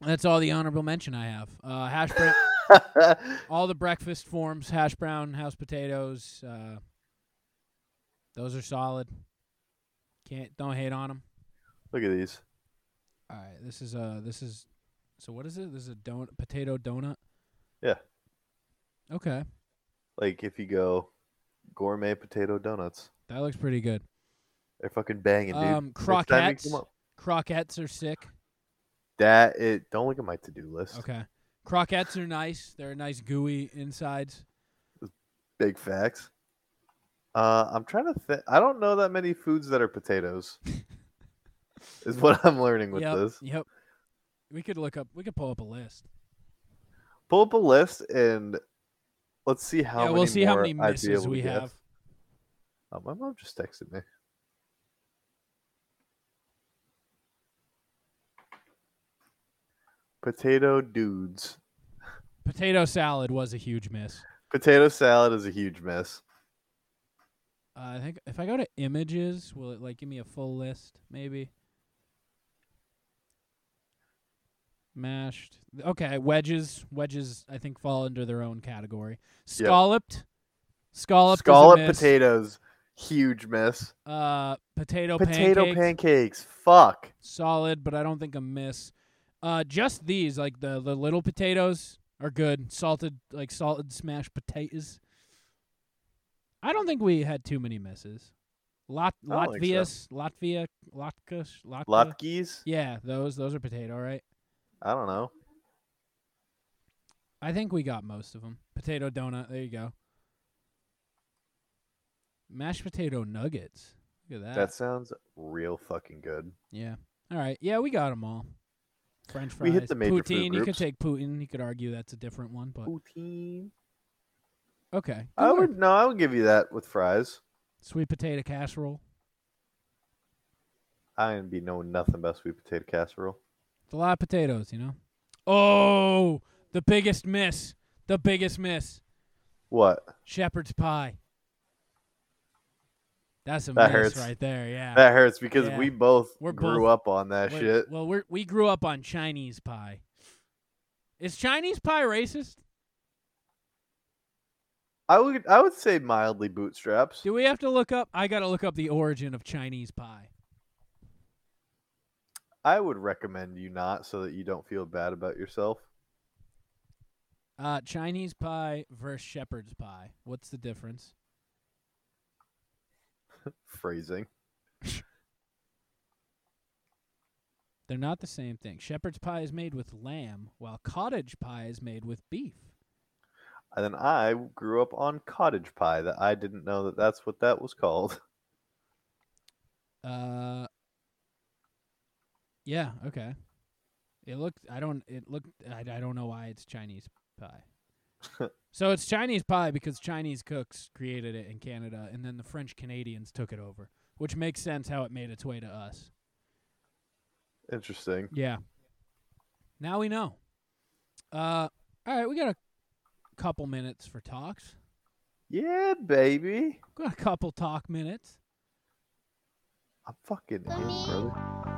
S2: That's all the honorable mention I have. Uh, hash brown, all the breakfast forms: hash brown, house potatoes. Uh, those are solid. Can't don't hate on them.
S1: Look at these.
S2: All right, this is uh this is so what is it? This is a donut potato donut.
S1: Yeah.
S2: Okay,
S1: Like if you go gourmet potato donuts,
S2: that looks pretty good.
S1: they're fucking banging, dude.
S2: Um,
S1: Next time you
S2: croquettes.
S1: come up-
S2: Croquettes are sick.
S1: That it. Don't look at my to-do list.
S2: Okay, croquettes are nice. They're nice gooey insides.
S1: Big facts. Uh, I'm trying to think. I don't know that many foods that are potatoes. is what I'm learning with
S2: yep,
S1: this.
S2: yep. We could look up. We could pull up a list.
S1: Pull up a list and let's see how
S2: yeah,
S1: many
S2: we'll see how
S1: more
S2: many
S1: I'd be
S2: misses
S1: able to
S2: we
S1: guess.
S2: have.
S1: Oh, my mom just texted me. Potato dudes.
S2: Potato salad was a huge miss.
S1: Potato salad is a huge miss.
S2: Uh, I think if I go to images, will it like give me a full list? Maybe. Mashed. Okay, wedges. Wedges. I think fall under their own category.
S1: Yep.
S2: Scalloped. Scalloped.
S1: Scallop
S2: is a miss.
S1: potatoes, huge miss.
S2: Uh, potato.
S1: potato
S2: pancakes, Uh,
S1: pancakes. Fuck.
S2: Solid, but I don't think a miss. Uh, just these like the the little potatoes are good. Salted like salted smashed potatoes. I don't think we had too many misses. Lot
S1: I don't think so.
S2: Latvias, Latvia, Latka, Latka.
S1: Latkes?
S2: Yeah, those those are potato, right?
S1: I don't know.
S2: I think we got most of them. Potato donut. There you go. Mashed potato nuggets. Look at that.
S1: That sounds real fucking good.
S2: yeah. All right. Yeah, we got 'em all. French fries.
S1: We hit the major food
S2: Poutine. You could
S1: groups.
S2: take Putin. You could argue that's a different one, but
S1: Poutine.
S2: okay.
S1: I
S2: Good work.
S1: would no, I would give you that with fries.
S2: Sweet potato casserole.
S1: I ain't be knowing nothing about sweet potato casserole.
S2: It's a lot of potatoes, you know. Oh, the biggest miss. The biggest miss.
S1: What?
S2: Shepherd's pie. That's a
S1: That
S2: miss
S1: hurts.
S2: right there. Yeah.
S1: That hurts because
S2: Yeah.
S1: we both
S2: We're
S1: grew
S2: both-
S1: up on that
S2: Wait,
S1: shit.
S2: Well, we we grew up on Chinese pie. Is Chinese pie racist?
S1: I would I would say mildly bootstraps.
S2: Do we have to look up? I gotta look up the origin of Chinese pie.
S1: I would recommend you not so that you don't feel bad about yourself.
S2: Uh, Chinese pie versus shepherd's pie. What's the difference?
S1: Phrasing.
S2: They're not the same thing. Shepherd's pie is made with lamb, while cottage pie is made with beef.
S1: And then I grew up on cottage pie that I didn't know that that's what that was called.
S2: Uh, yeah, okay. It looked. I don't. It looked. I, I don't know why it's Chinese pie. so it's Chinese pie because Chinese cooks created it in Canada, and then the French Canadians took it over, which makes sense how it made its way to us.
S1: Interesting.
S2: Yeah. Now we know. Uh, all right, we got a couple minutes for talks.
S1: Yeah, baby.
S2: Got a couple talk minutes.
S1: I'm fucking in,
S3: For me?
S1: brother.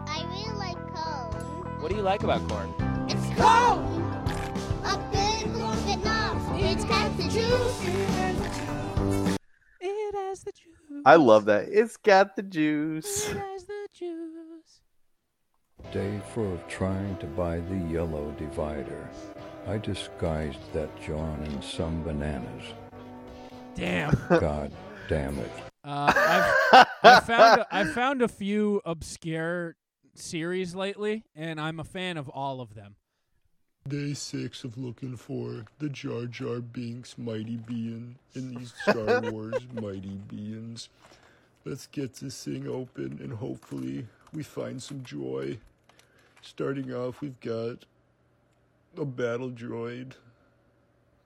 S3: I really like corn.
S7: What do you like about corn?
S3: It's corn! A big rocket knob. It's got the juice.
S2: It has the juice.
S1: I love that. It's got the juice.
S2: It has the juice.
S8: day for trying to buy the yellow divider. I disguised that John in some bananas.
S2: Damn.
S8: God damn it.
S2: Uh, I've I found I found a few obscure series lately, and I'm a fan of all of them.
S9: Day six of looking for the Jar Jar Binks Mighty Bean and these Star Wars Mighty Beans. Let's get this thing open and hopefully we find some joy. Starting off, we've got a battle droid.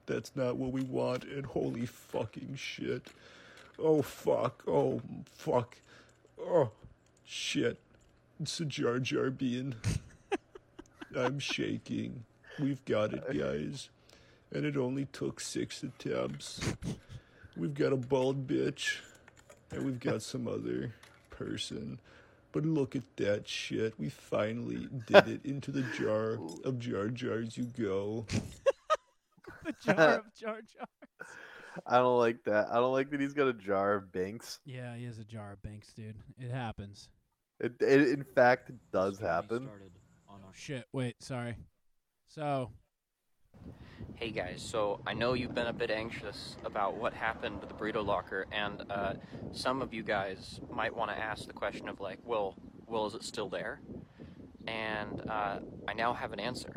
S9: That's not what we want, and holy fucking shit. Oh fuck, oh fuck, oh shit. It's a Jar Jar Bean. I'm shaking. We've got it, guys. And it only took six attempts. We've got a bald bitch, and we've got some other person. But look at that shit. We finally did it into the jar of Jar Jars you go.
S2: The jar of Jar Jar.
S1: I don't like that. I don't like that he's got a jar of Binks.
S2: Yeah, he has a jar of Banks, dude. It happens.
S1: It, it in fact does happen.
S2: Oh, Shit. Wait. Sorry. So
S10: Hey guys, so I know you've been a bit anxious about what happened to the burrito locker, and uh, some of you guys might want to ask the question of like, well, well, is it still there? And uh, I now have an answer.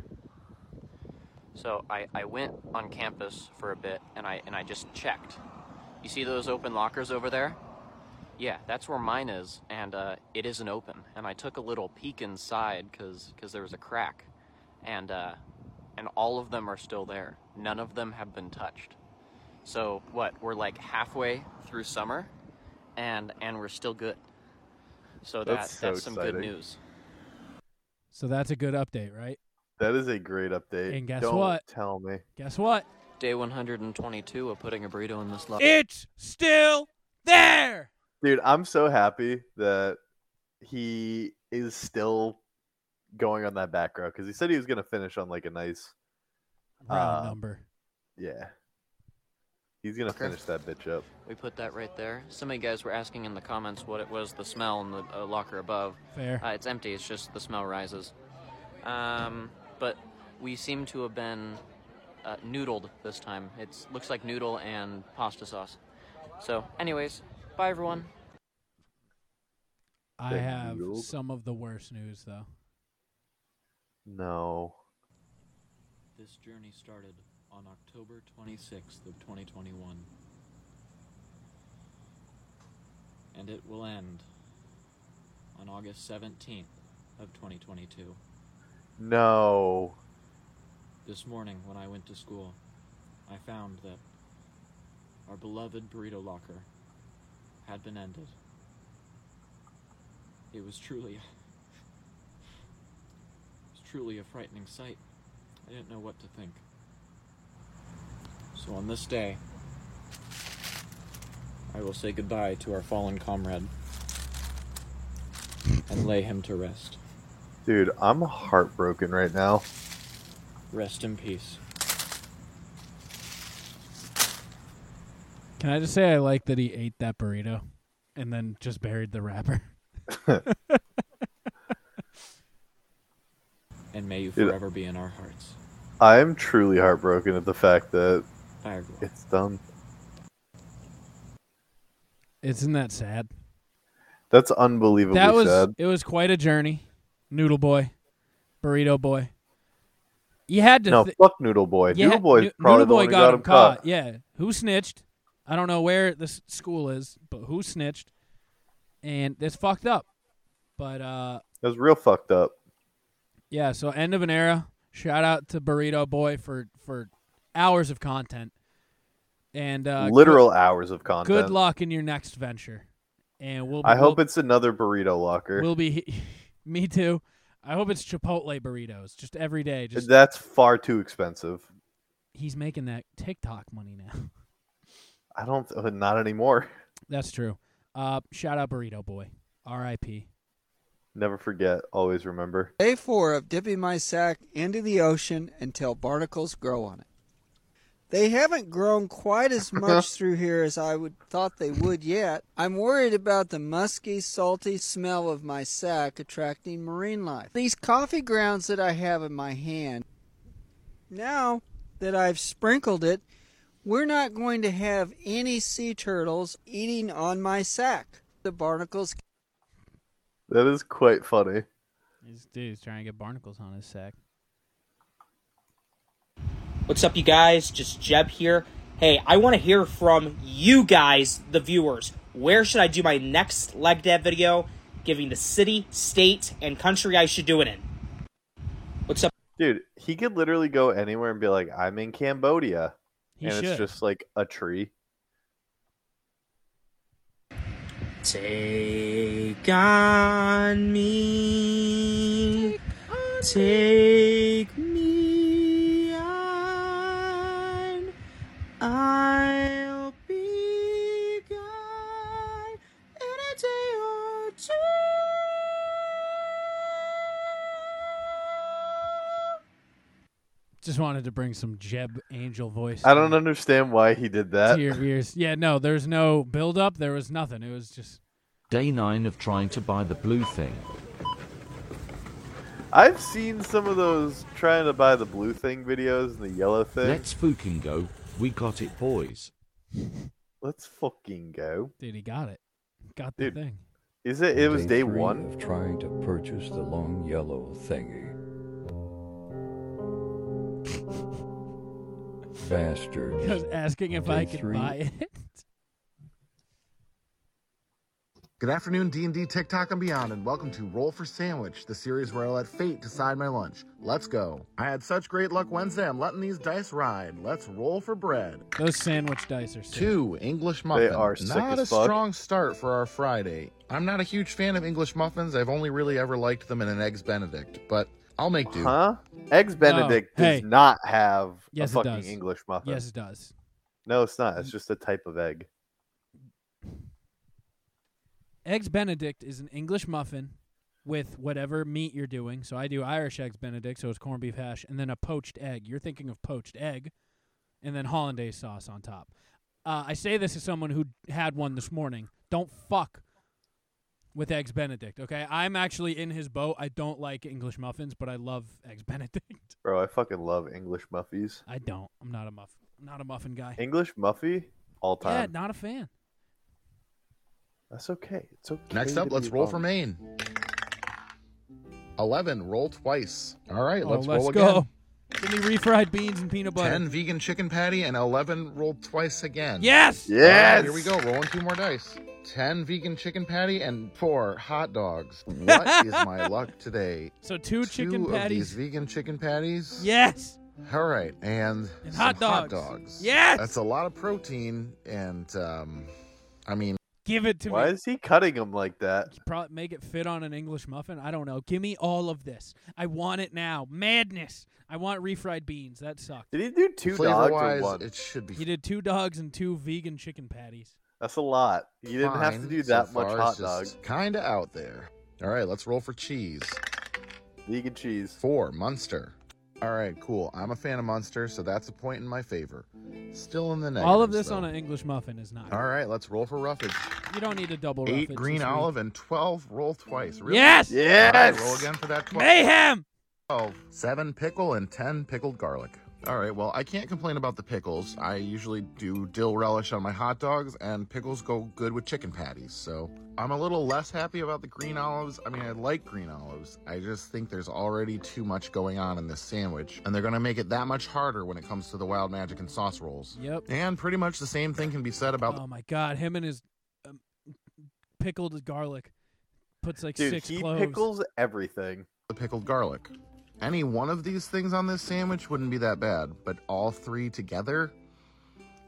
S10: So I, I went on campus for a bit, and I and I just checked. You see those open lockers over there? Yeah, that's where mine is, and uh, it isn't open. And I took a little peek inside because there was a crack, and uh, and all of them are still there. None of them have been touched. So what? We're like halfway through summer, and and we're still good. So that,
S1: That's
S10: that's,
S1: so
S10: some
S1: exciting.
S10: good news.
S2: so that's a good update, right?
S1: That is a great update.
S2: And guess
S1: Don't
S2: what?
S1: Tell me.
S2: Guess what?
S10: Day 122 of putting a burrito in this locker.
S2: It's still there.
S1: Dude, I'm so happy that he is still going on that back row because he said he was gonna finish on like a nice
S2: Round
S1: Uh,
S2: number.
S1: yeah. He's gonna
S10: Okay.
S1: finish that bitch up.
S10: We put that right there. Some of you guys were asking in the comments what it was the smell in the uh, locker above.
S2: Fair.
S10: Uh, it's empty, it's just the smell rises. Um, but we seem to have been uh, noodled this time. It looks like noodle and pasta sauce. So, anyways, bye everyone.
S2: I
S1: They
S2: have
S1: noodled.
S2: some of the worst news though.
S1: No.
S11: This journey started on October 26th of 2021. And it will end on August 17th of 2022.
S1: No.
S11: This morning when I went to school, I found that our beloved burrito locker had been ended.
S12: It was truly, it was truly a frightening sight. I didn't know what to think. So on this day, I will say goodbye to our fallen comrade and lay him to rest.
S1: Dude, I'm heartbroken right now.
S12: Rest in peace.
S2: Can I just say I like that he ate that burrito and then just buried the wrapper?
S12: and may you
S1: Dude.
S12: forever be in our hearts.
S1: I am truly heartbroken at the fact that
S12: Firefly.
S1: it's done.
S2: Isn't that sad?
S1: That's unbelievably
S2: that was
S1: sad.
S2: it was quite a journey. Noodle boy, burrito boy. You had to
S1: No,
S2: thi-
S1: fuck Noodle Boy.
S2: You
S1: Noodle
S2: had-
S1: Boy's
S2: Noo-
S1: probably
S2: Noodle
S1: the
S2: boy
S1: one who
S2: got,
S1: got
S2: him
S1: him
S2: caught.
S1: caught.
S2: Yeah, who snitched? I don't know where this school is, but who snitched? And it's fucked up. But uh
S1: That was real fucked up.
S2: yeah, so end of an era. Shout out to Burrito Boy for for hours of content. And uh good-
S1: Literal hours of content.
S2: Good luck in your next venture. And we'll be,
S1: I hope
S2: we'll,
S1: it's another burrito locker.
S2: we'll be me too. I hope it's Chipotle burritos just every day. Just
S1: Uh, That's far too expensive.
S2: he's making that TikTok money now.
S1: I don't. uh, Not anymore.
S2: That's true. Uh shout out Burrito Boy. R.I.P.
S1: Never forget. Always remember.
S13: Day four of dipping my sack into the ocean until barnacles grow on it. They haven't grown quite as much through here as I would thought they would yet. I'm worried about the musky, salty smell of my sack attracting marine life. These coffee grounds that I have in my hand, now that I've sprinkled it, we're not going to have any sea turtles eating on my sack. The barnacles
S1: That is quite funny.
S2: This dude's trying to get barnacles on his sack.
S14: What's up, you guys? Just Jeb here. Hey, I want to hear from you guys, the viewers. Where should I do my next leg dab video, giving the city, state, and country I should do it in? What's up?
S1: Dude, he could literally go anywhere and be like, "I'm in Cambodia,"
S14: He
S1: and
S14: should.
S1: it's just like a tree.
S14: Take on me. Take me on. I'll be gone in a day or two.
S2: Just wanted to bring some Jeb Angel voice.
S1: I don't understand why he did that.
S2: to your ears. Yeah, no, there's no build up. There was nothing. It was just
S15: Day 9 of trying to buy the blue thing.
S1: I've seen some of those trying to buy the blue thing videos and the yellow thing.
S15: Let's fucking go. We got it, boys.
S1: Let's fucking go.
S2: dude, he got it, got the thing.
S1: Is it? It was day
S8: three
S1: one.
S8: of trying to purchase the long yellow thingy. Bastard.
S2: I was asking if
S8: Day
S2: I could
S8: three.
S2: buy it.
S9: Good afternoon, D&D, TikTok, and beyond, and welcome to Roll for Sandwich, the series where I let fate decide my lunch. Let's go. I had such great luck Wednesday, I'm letting these dice ride. Let's roll for bread.
S2: Those sandwich dice are sick.
S9: Two English muffin.
S1: are sick
S9: Not
S1: as
S9: a
S1: fuck.
S9: strong start for our Friday. I'm not a huge fan of English muffins. I've only really ever liked them in an eggs Benedict, but I'll make do.
S1: Huh? Eggs Benedict does
S9: hey.
S1: not have
S9: Yes,
S1: a
S9: it
S1: fucking
S9: does.
S1: English muffin.
S2: Yes, it does.
S1: No, it's
S2: Mm.
S1: not. It's just a type of egg.
S2: Eggs Benedict is an English muffin with whatever meat you're doing. So I do Irish eggs Benedict, so it's corned beef hash, and then a poached egg. You're thinking of poached egg, and then hollandaise sauce on top. Uh, I say this as someone who had one this morning. Don't fuck with eggs Benedict, okay? I'm actually in his boat. I don't like English muffins, but I love eggs Benedict.
S1: Bro, I fucking love English muffies.
S2: I don't. I'm not a muffin. I'm not a muffin guy.
S1: English muffy all
S2: Yeah,
S1: time.
S2: not a fan.
S1: That's okay. It's okay.
S9: Next
S1: to
S9: up,
S1: be
S9: let's roll for
S1: wrong.
S9: Maine. 11, roll twice. All right,
S2: Oh,
S9: let's,
S2: let's
S9: roll
S2: go.
S9: again.
S2: Give me refried beans and peanut butter.
S9: 10 vegan chicken patty and 11 rolled twice again.
S2: Yes!
S9: All right, here we
S2: Yes!
S9: go. Rolling two more dice. 10 vegan chicken patty and 4 hot dogs. What is my luck today?
S2: So two chicken
S9: of
S2: patties.
S9: these vegan chicken patties.
S2: Yes.
S9: All right, and,
S2: And
S9: some
S2: hot dogs.
S9: Hot dogs.
S2: Yes!
S9: That's a lot of protein and um I mean
S2: Give it to
S1: Why
S2: me.
S1: is he cutting him like that?
S2: Probably make it fit on an English muffin. I don't know. Give me all of this. I want it now. Madness. I want refried beans. That sucked.
S1: Did he do two dogs or
S9: Flavor-wise,
S1: one?
S9: it should be.
S2: He did two dogs and two vegan chicken patties.
S1: That's a lot. You didn't have to
S9: fine
S1: do
S9: so
S1: that much
S9: far.
S1: hot
S9: It's just
S1: dog.
S9: Kinda out there. All right, let's roll for cheese.
S1: Vegan cheese.
S9: Four Munster. All right, cool. I'm a fan of Munster, so that's a point in my favor. Still in the negatives.
S2: all of this
S9: though.
S2: on an English muffin is not.
S9: All right, let's roll for roughage.
S2: You don't need a double rough.
S9: Eight
S2: It's
S9: green
S2: just weak.
S9: olive and twelve. Roll twice. Really?
S2: Yes!
S9: All right,
S2: Yes!
S9: roll again for that. 12.
S2: Mayhem!
S9: Oh, seven pickle and ten pickled garlic. All right, well, I can't complain about the pickles. I usually do dill relish on my hot dogs, and pickles go good with chicken patties. So I'm a little less happy about the green olives. I mean, I like green olives. I just think there's already too much going on in this sandwich, and they're going to make it that much harder when it comes to the wild magic and sauce rolls.
S2: Yep.
S9: And pretty much the same thing can be said about
S2: Oh my god, him and his um, pickled garlic puts like
S9: Dude,
S2: six
S9: he
S2: cloves.
S9: pickles
S1: everything.
S9: the pickled garlic. Any one of these things on this sandwich wouldn't be that bad, but all three together,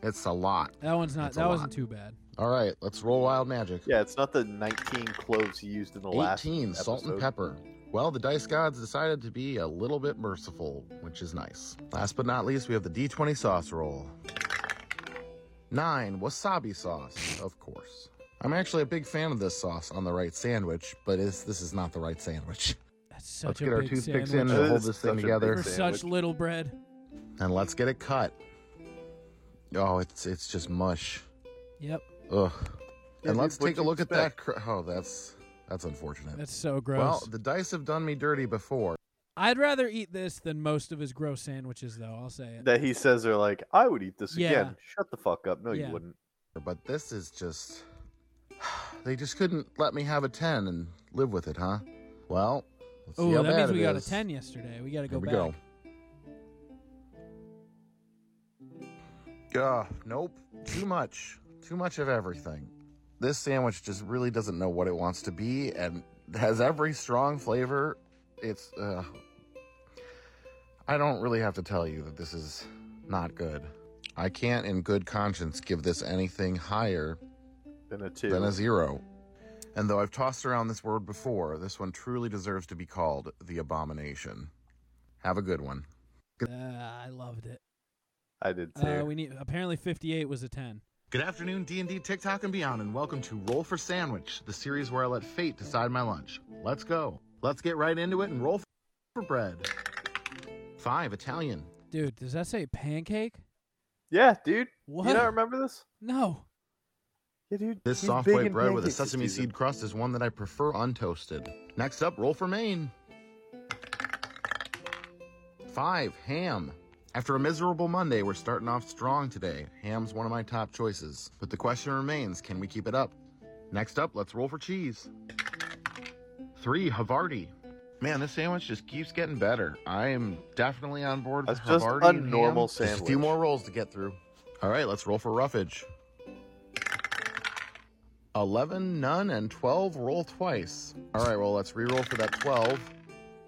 S9: it's a lot.
S2: That one's not.
S9: That's a
S2: That wasn't
S9: lot.
S2: too bad.
S9: All right, let's roll wild magic.
S1: Yeah, it's not the 19 cloves he used in the last
S9: 18, salt and
S1: episode.
S9: pepper. Well, the dice gods decided to be a little bit merciful, which is nice. Last but not least, we have the D20 sauce roll. Nine, wasabi sauce, of course. I'm actually a big fan of this sauce on the right sandwich, but it's, this is not the right sandwich.
S2: That's such
S9: Let's
S2: a
S9: get our
S2: big
S9: toothpicks in and
S2: sandwich.
S9: hold this thing together.
S2: For such little bread.
S9: and let's get it cut. Oh, it's it's just mush.
S2: Yep.
S9: Ugh.
S2: Yeah,
S9: and
S2: dude,
S9: let's
S2: what'd
S9: take a
S2: you
S9: look at that. Cr- oh, that's that's unfortunate.
S2: That's so gross.
S9: Well, the dice have done me dirty before.
S2: I'd rather eat this than most of his gross sandwiches, though. I'll say it.
S1: That he says are like, I would eat this
S2: Yeah.
S1: again. Shut the fuck up. No,
S2: Yeah.
S1: you wouldn't.
S9: But this is just they just couldn't let me have a 10 and live with it, huh? Well, let's see
S2: Oh,
S9: how
S2: that
S9: bad
S2: means
S9: it
S2: we got
S9: is.
S2: a ten yesterday. We got to go
S9: Here we
S2: back.
S9: go. Yeah, nope. Too much. Too much of everything. This sandwich just really doesn't know what it wants to be and has every strong flavor. It's uh I don't really have to tell you that this is not good. I can't in good conscience give this anything higher
S1: Then a two.
S9: than a zero. And though I've tossed around this word before, this one truly deserves to be called the abomination. Have a good one.
S2: Ah, I loved it.
S1: I did
S2: Uh, we need apparently fifty-eight was a ten.
S9: Good afternoon, D&D, TikTok, and beyond, and welcome to Roll for Sandwich, the series where I let fate decide my lunch. Let's go. Let's get right into it and roll for bread. Five, Italian.
S2: Dude, does that say pancake?
S1: Yeah, dude.
S2: What?
S1: You don't remember this?
S2: No.
S1: Yeah, dude.
S9: This
S1: he's
S9: soft
S1: big
S9: white
S1: in
S9: bread with a
S1: pancakes this
S9: sesame
S1: season.
S9: seed crust is one that I prefer untoasted. Next up, roll for Maine. Five, ham. After a miserable Monday, we're starting off strong today. Ham's one of my top choices. But the question remains can we keep it up? Next up, let's roll for cheese. Three, Havarti. Man, this sandwich just keeps getting better. I am definitely on board with
S1: That's just
S9: Havarti
S1: a
S9: and ham.
S1: normal
S9: Just a few
S1: sandwich.
S9: more rolls to get through. All right, let's roll for roughage. 11, none, and 12, roll twice. All right, well, let's re-roll for that 12.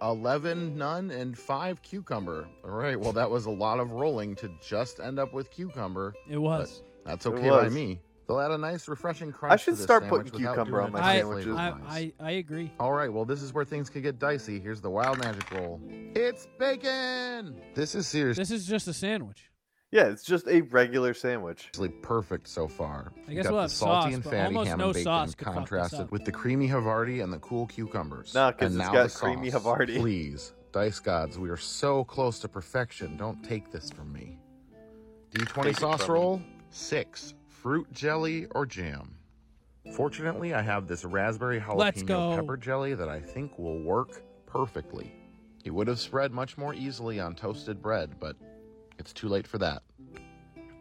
S9: 11, none, and 5, cucumber. All right, well, that was a lot of rolling to just end up with cucumber.
S2: It was.
S9: but That's
S1: It
S9: okay by
S1: was.
S9: me. They'll add a nice, refreshing crunch.
S1: I
S9: to
S1: should
S9: this
S1: start
S9: sandwich
S1: putting
S9: without
S1: cucumber
S9: doing
S1: on
S9: it
S1: my
S2: I,
S9: flavor-wise.
S2: I, I, I agree.
S9: All right, well, this is where things could get dicey. Here's the wild magic roll. It's bacon! This is serious.
S2: This is just a sandwich.
S1: Yeah, it's just a regular sandwich.
S9: Actually, perfect so far.
S2: I
S9: You
S2: guess
S9: got
S2: we'll
S9: the
S2: have
S9: salty
S2: sauce,
S9: and
S2: but
S9: fatty
S2: almost
S9: ham
S2: no
S9: and bacon
S2: sauce could fuck this
S9: contrasted
S2: up.
S9: with the creamy Havarti and the cool cucumbers.
S1: Nah, 'cause
S9: And
S1: it's
S9: now
S1: got
S9: the
S1: creamy
S9: sauce.
S1: Havarti.
S9: Please, dice gods, we are so close to perfection. Don't take this from me. D20
S1: Take it
S9: sauce
S1: from
S9: roll six fruit jelly or jam. Fortunately, I have this raspberry
S2: Let's
S9: jalapeno
S2: go.
S9: pepper jelly that I think will work perfectly. It would have spread much more easily on toasted bread, but it's too late for that.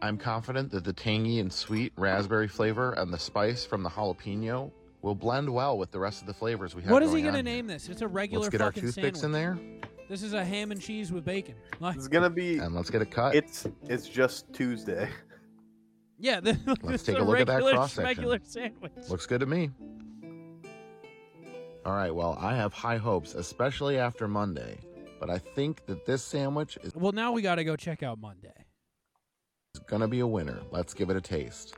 S9: I'm confident that the tangy and sweet raspberry flavor and the spice from the jalapeno will blend well with the rest of the flavors we have.
S2: What is he
S9: going
S2: gonna
S9: on here.
S2: name this? It's a regular
S9: Let's get our
S2: fucking
S9: toothpicks
S2: sandwich.
S9: in there
S2: This is a ham and cheese with bacon. Like,
S1: It's gonna be.
S9: and let's get it cut.
S1: It's it's just Tuesday.
S2: yeah, this,
S9: Let's
S2: this
S9: take
S2: is
S9: a look at that
S2: regular,
S9: cross section.
S2: regular sandwich.
S9: Looks good to me. All right, well, I have high hopes, especially after Monday. But I think that this sandwich is
S2: Well, now we gotta go check out Monday.
S9: going to be a winner. Let's give it a taste.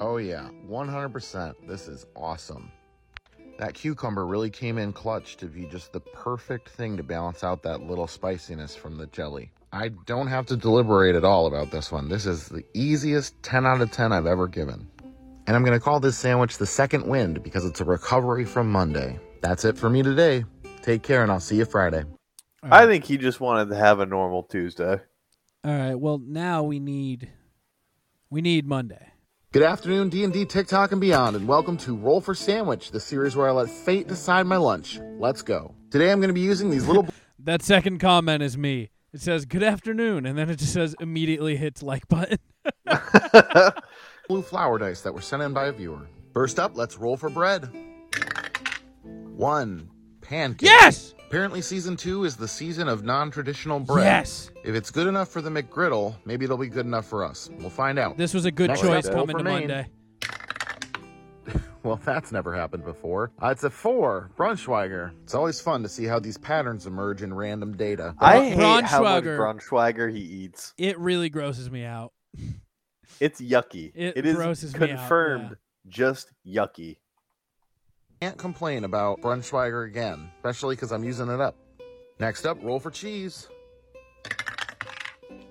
S9: Oh, yeah, 100%. This is awesome. That cucumber really came in clutch to be just the perfect thing to balance out that little spiciness from the jelly. I don't have to deliberate at all about this one. This is the easiest 10 out of 10 I've ever given. And I'm going to call this sandwich the second wind because it's a recovery from Monday. That's it for me today. Take care, and I'll see you Friday.
S1: I think he just wanted to have a normal Tuesday.
S2: All right. Well, now we need we need Monday.
S9: Good afternoon, D&D, TikTok, and beyond, and welcome to Roll for Sandwich, the series where I let fate decide my lunch. Let's go. Today I'm going to be using these little...
S2: That second comment is me. It says good afternoon, and then it just says immediately hits like button.
S9: blue flower dice that were sent in by a viewer. First up, let's roll for bread. One, pancake.
S2: Yes!
S9: Apparently, season two is the season of non traditional bread.
S2: Yes!
S9: If it's good enough for the McGriddle, maybe it'll be good enough for us. We'll find out.
S2: This was a good
S9: Next
S2: choice
S9: up, roll
S2: coming
S9: for
S2: to
S9: Maine.
S2: Monday.
S9: Well, that's never happened before. Uh, it's a four, Brunschweiger. It's always fun to see how these patterns emerge in random data.
S1: I hate how much
S2: Braunschweiger.
S1: Braunschweiger he eats.
S2: It really grosses me out.
S1: It's yucky.
S2: It
S1: it is
S2: grosses me out, yeah.
S1: confirmed just yucky.
S9: Can't complain about Brunschweiger again, especially because I'm using it up. Next up, roll for cheese.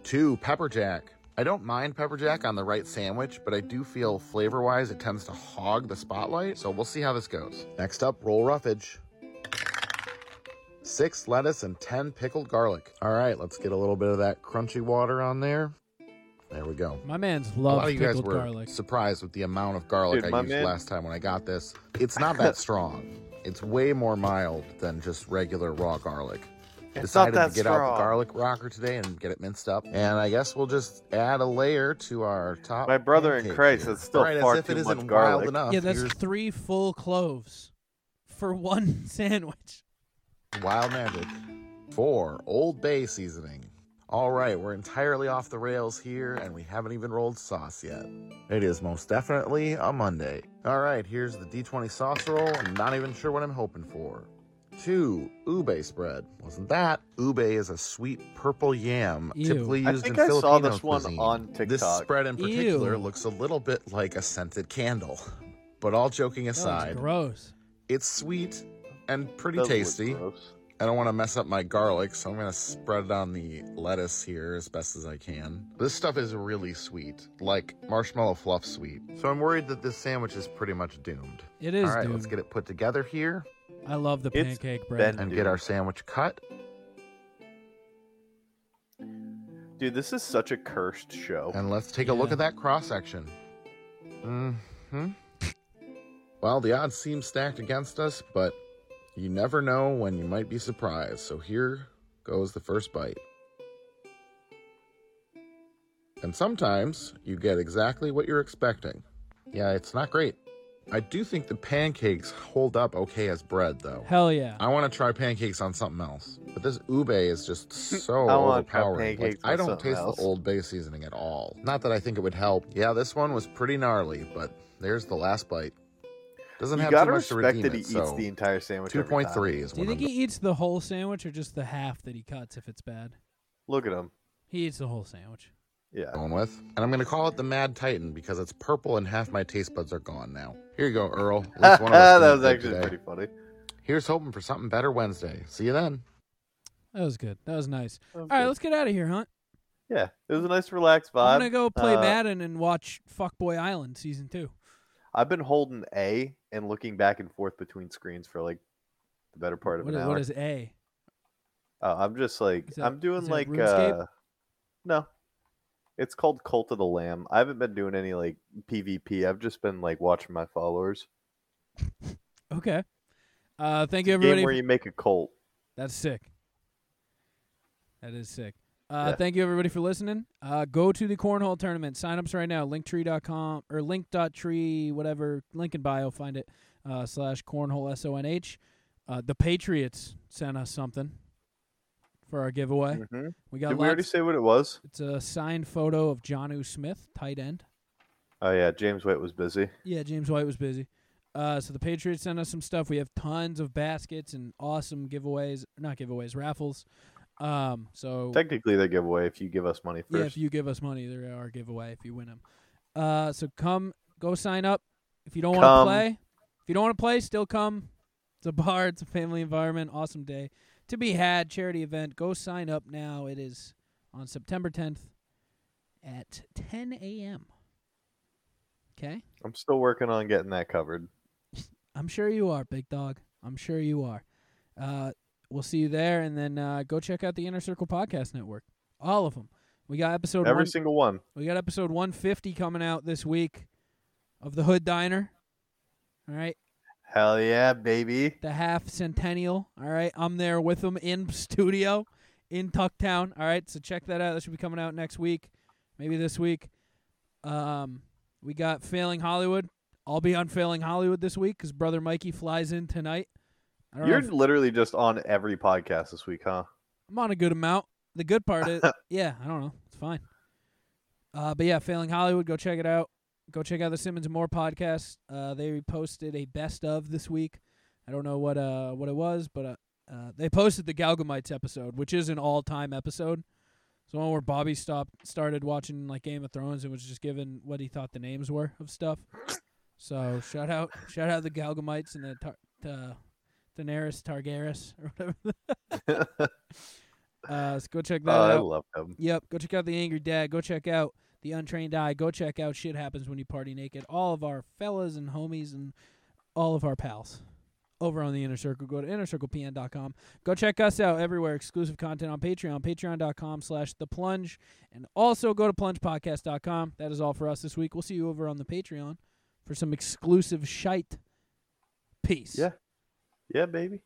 S9: Two, pepper jack. I don't mind pepper jack on the right sandwich, but I do feel flavor wise it tends to hog the spotlight, so we'll see how this goes. Next up, roll roughage. Six lettuce and 10 pickled garlic. All right, let's get a little bit of that crunchy water on there. There we go.
S2: My man's
S9: a lot
S2: loves
S9: of you guys
S2: pickled
S9: were
S2: garlic.
S9: surprised with the amount of garlic
S1: Dude,
S9: I
S1: my
S9: used
S1: man-
S9: last time when I got this. It's not that strong. It's way more mild than just regular raw garlic.
S1: It's
S9: Decided
S1: not that
S9: to get out
S1: strong.
S9: the garlic rocker today and get it minced up. And I guess we'll just add a layer to our top.
S1: My brother in
S9: pancake
S1: Christ,
S9: here.
S1: that's still
S9: Right,
S1: far
S9: as if
S1: too
S9: it isn't
S1: much
S9: wild
S1: garlic.
S9: Enough,
S2: Yeah, that's
S9: here's
S2: three full cloves for one sandwich.
S9: Wild Magic. Four, Old Bay seasoning. All right, we're entirely off the rails here, and we haven't even rolled sauce yet. It is most definitely a Monday. All right, here's the D20 sauce roll. I'm not even sure what I'm hoping for. Two, ube spread. Wasn't that? Ube is a sweet purple yam,
S1: Ew.
S9: Um, typically
S1: I
S9: used
S1: think
S9: in
S1: I
S9: Filipino
S1: saw this one
S9: cuisine.
S1: on
S9: This
S1: TikTok.
S9: spread in particular
S1: Ew.
S9: looks a little bit like a scented candle. But all joking
S2: That looks
S9: aside,
S2: gross.
S9: it's sweet and pretty
S1: Does look
S9: tasty. I don't want to mess up my garlic, so I'm going to spread it on the lettuce here as best as I can. This stuff is really sweet, like marshmallow fluff sweet. So I'm worried that this sandwich is pretty much doomed.
S2: It is
S9: All right,
S2: doomed.
S9: let's get it put together here
S2: I love the
S1: It's
S2: pancake bread.
S9: and get our sandwich cut.
S1: Dude, this is such a cursed show.
S9: And let's take a look
S2: Yeah.
S9: at that cross section. hmm Well, the odds seem stacked against us, but you never know when you might be surprised. So here goes the first bite. And sometimes you get exactly what you're expecting. Yeah, it's not great. I do think the pancakes hold up okay as bread, though.
S2: Hell yeah.
S9: I want to try pancakes on something else, but this ube is just so
S1: I wanna try
S9: overpowering. Like,
S1: pancakes on
S9: I don't
S1: something
S9: taste
S1: else.
S9: the Old Bay seasoning at all. Not that I think it would help. Yeah, this one was pretty gnarly, but there's the last bite. Doesn't
S1: You
S9: have
S1: gotta
S9: too much to
S1: respect
S9: redeem
S1: that he
S9: it,
S1: eats
S9: so
S1: the entire sandwich every
S9: Two
S1: time.
S9: point three is
S2: Do you
S9: what
S2: think
S9: I'm
S2: he eats the whole sandwich or just the half that he cuts if it's bad?
S1: Look at him.
S2: He eats the whole sandwich.
S1: Yeah.
S9: going with, and I'm gonna call it the Mad Titan because it's purple and half my taste buds are gone now. Here you go, Earl. At least one of
S1: that was
S9: us didn't pick
S1: actually
S9: today.
S1: pretty funny.
S9: Here's hoping for something better Wednesday. See you then.
S2: That was good. That was nice.
S1: That was
S2: All right,
S1: good.
S2: let's get out of here, Hunt.
S1: Yeah, it was a nice, relaxed vibe.
S2: I'm gonna go play
S1: Uh,
S2: Madden and watch Fuckboy Island season two.
S1: I've been holding A and looking back and forth between screens for like the better part of
S2: What,
S1: an
S2: i-
S1: hour.
S2: what is A?
S1: Uh, I'm just like
S2: Is that-
S1: I'm doing
S2: is that
S1: like
S2: RuneScape?
S1: uh, no, it's called Cult of the Lamb. I haven't been doing any like PvP. I've just been like watching my followers.
S2: Okay. Uh, thank you
S1: It's a
S2: everybody.
S1: Game
S2: for-
S1: where you make a cult.
S2: That's sick. That is sick. Uh,
S1: Yeah.
S2: Thank you everybody for listening. Uh, go to the cornhole tournament. Signups right now. Linktree.com or link.tree, whatever. Link in bio. Find it. Uh, slash cornhole s o n h. Uh, the Patriots sent us something for our giveaway.
S1: Mhm.
S2: We got
S1: Did we already
S2: lots-
S1: say what it was?
S2: It's a signed photo of Johnu Smith, tight end.
S1: Oh yeah, James White was busy.
S2: Yeah, James White was busy. Uh, so the Patriots sent us some stuff. We have tons of baskets and awesome giveaways, not giveaways, raffles. Um, so
S1: Technically, they give away if you give us money
S2: yeah,
S1: first.
S2: if you give us money, there are giveaway if you win them. Uh, so come Go sign up. If you don't want to
S1: Come.
S2: play, if you don't want to play, still come. It's a bar. It's a family environment. Awesome day to be had. Charity event. Go sign up now. It is on September 10th at 10 a.m. Okay.
S1: I'm still working on getting that covered.
S2: I'm sure you are, big dog. I'm sure you are. Uh, we'll see you there, and then uh, go check out the Inner Circle Podcast Network. All of them. We got episode
S1: Every
S2: one,
S1: single one.
S2: We got episode 150 coming out this week of the Hood Diner. All right,
S1: Hell yeah, baby.
S2: the half centennial. All right, I'm there with them in studio in Tucktown. All right, so check that out. That should be coming out next week, maybe this week. Um, we got Failing Hollywood. I'll be on Failing Hollywood this week because brother Mikey flies in tonight. I don't know
S1: You're
S2: if-
S1: literally just on every podcast this week, huh?
S2: I'm on a good amount. The good part is, yeah, I don't know. It's fine. Uh, but yeah, Failing Hollywood, go check it out. Go check out the Simmons and More podcast. Uh, they posted a best of this week. I don't know what uh what it was, but uh, uh they posted the Galgamites episode, which is an all time episode. It's the one where Bobby stopped started watching like Game of Thrones and was just given what he thought the names were of stuff. So shout out, shout out the Galgamites and the tar- uh, Daenerys Targaryen or whatever. uh, so go check that
S1: Oh,
S2: out.
S1: I love them.
S2: Yep, go check out the Angry Dad. Go check out the Untrained Eye. Go check out Shit Happens When You Party Naked. All of our fellas and homies and all of our pals over on the Inner Circle. Go to innercirclepn.com. Go check us out everywhere. Exclusive content on Patreon, patreon.com slash the plunge. And also go to plungepodcast.com. That is all for us this week. We'll see you over on the Patreon for some exclusive shite. Peace.
S1: Yeah. Yeah, baby.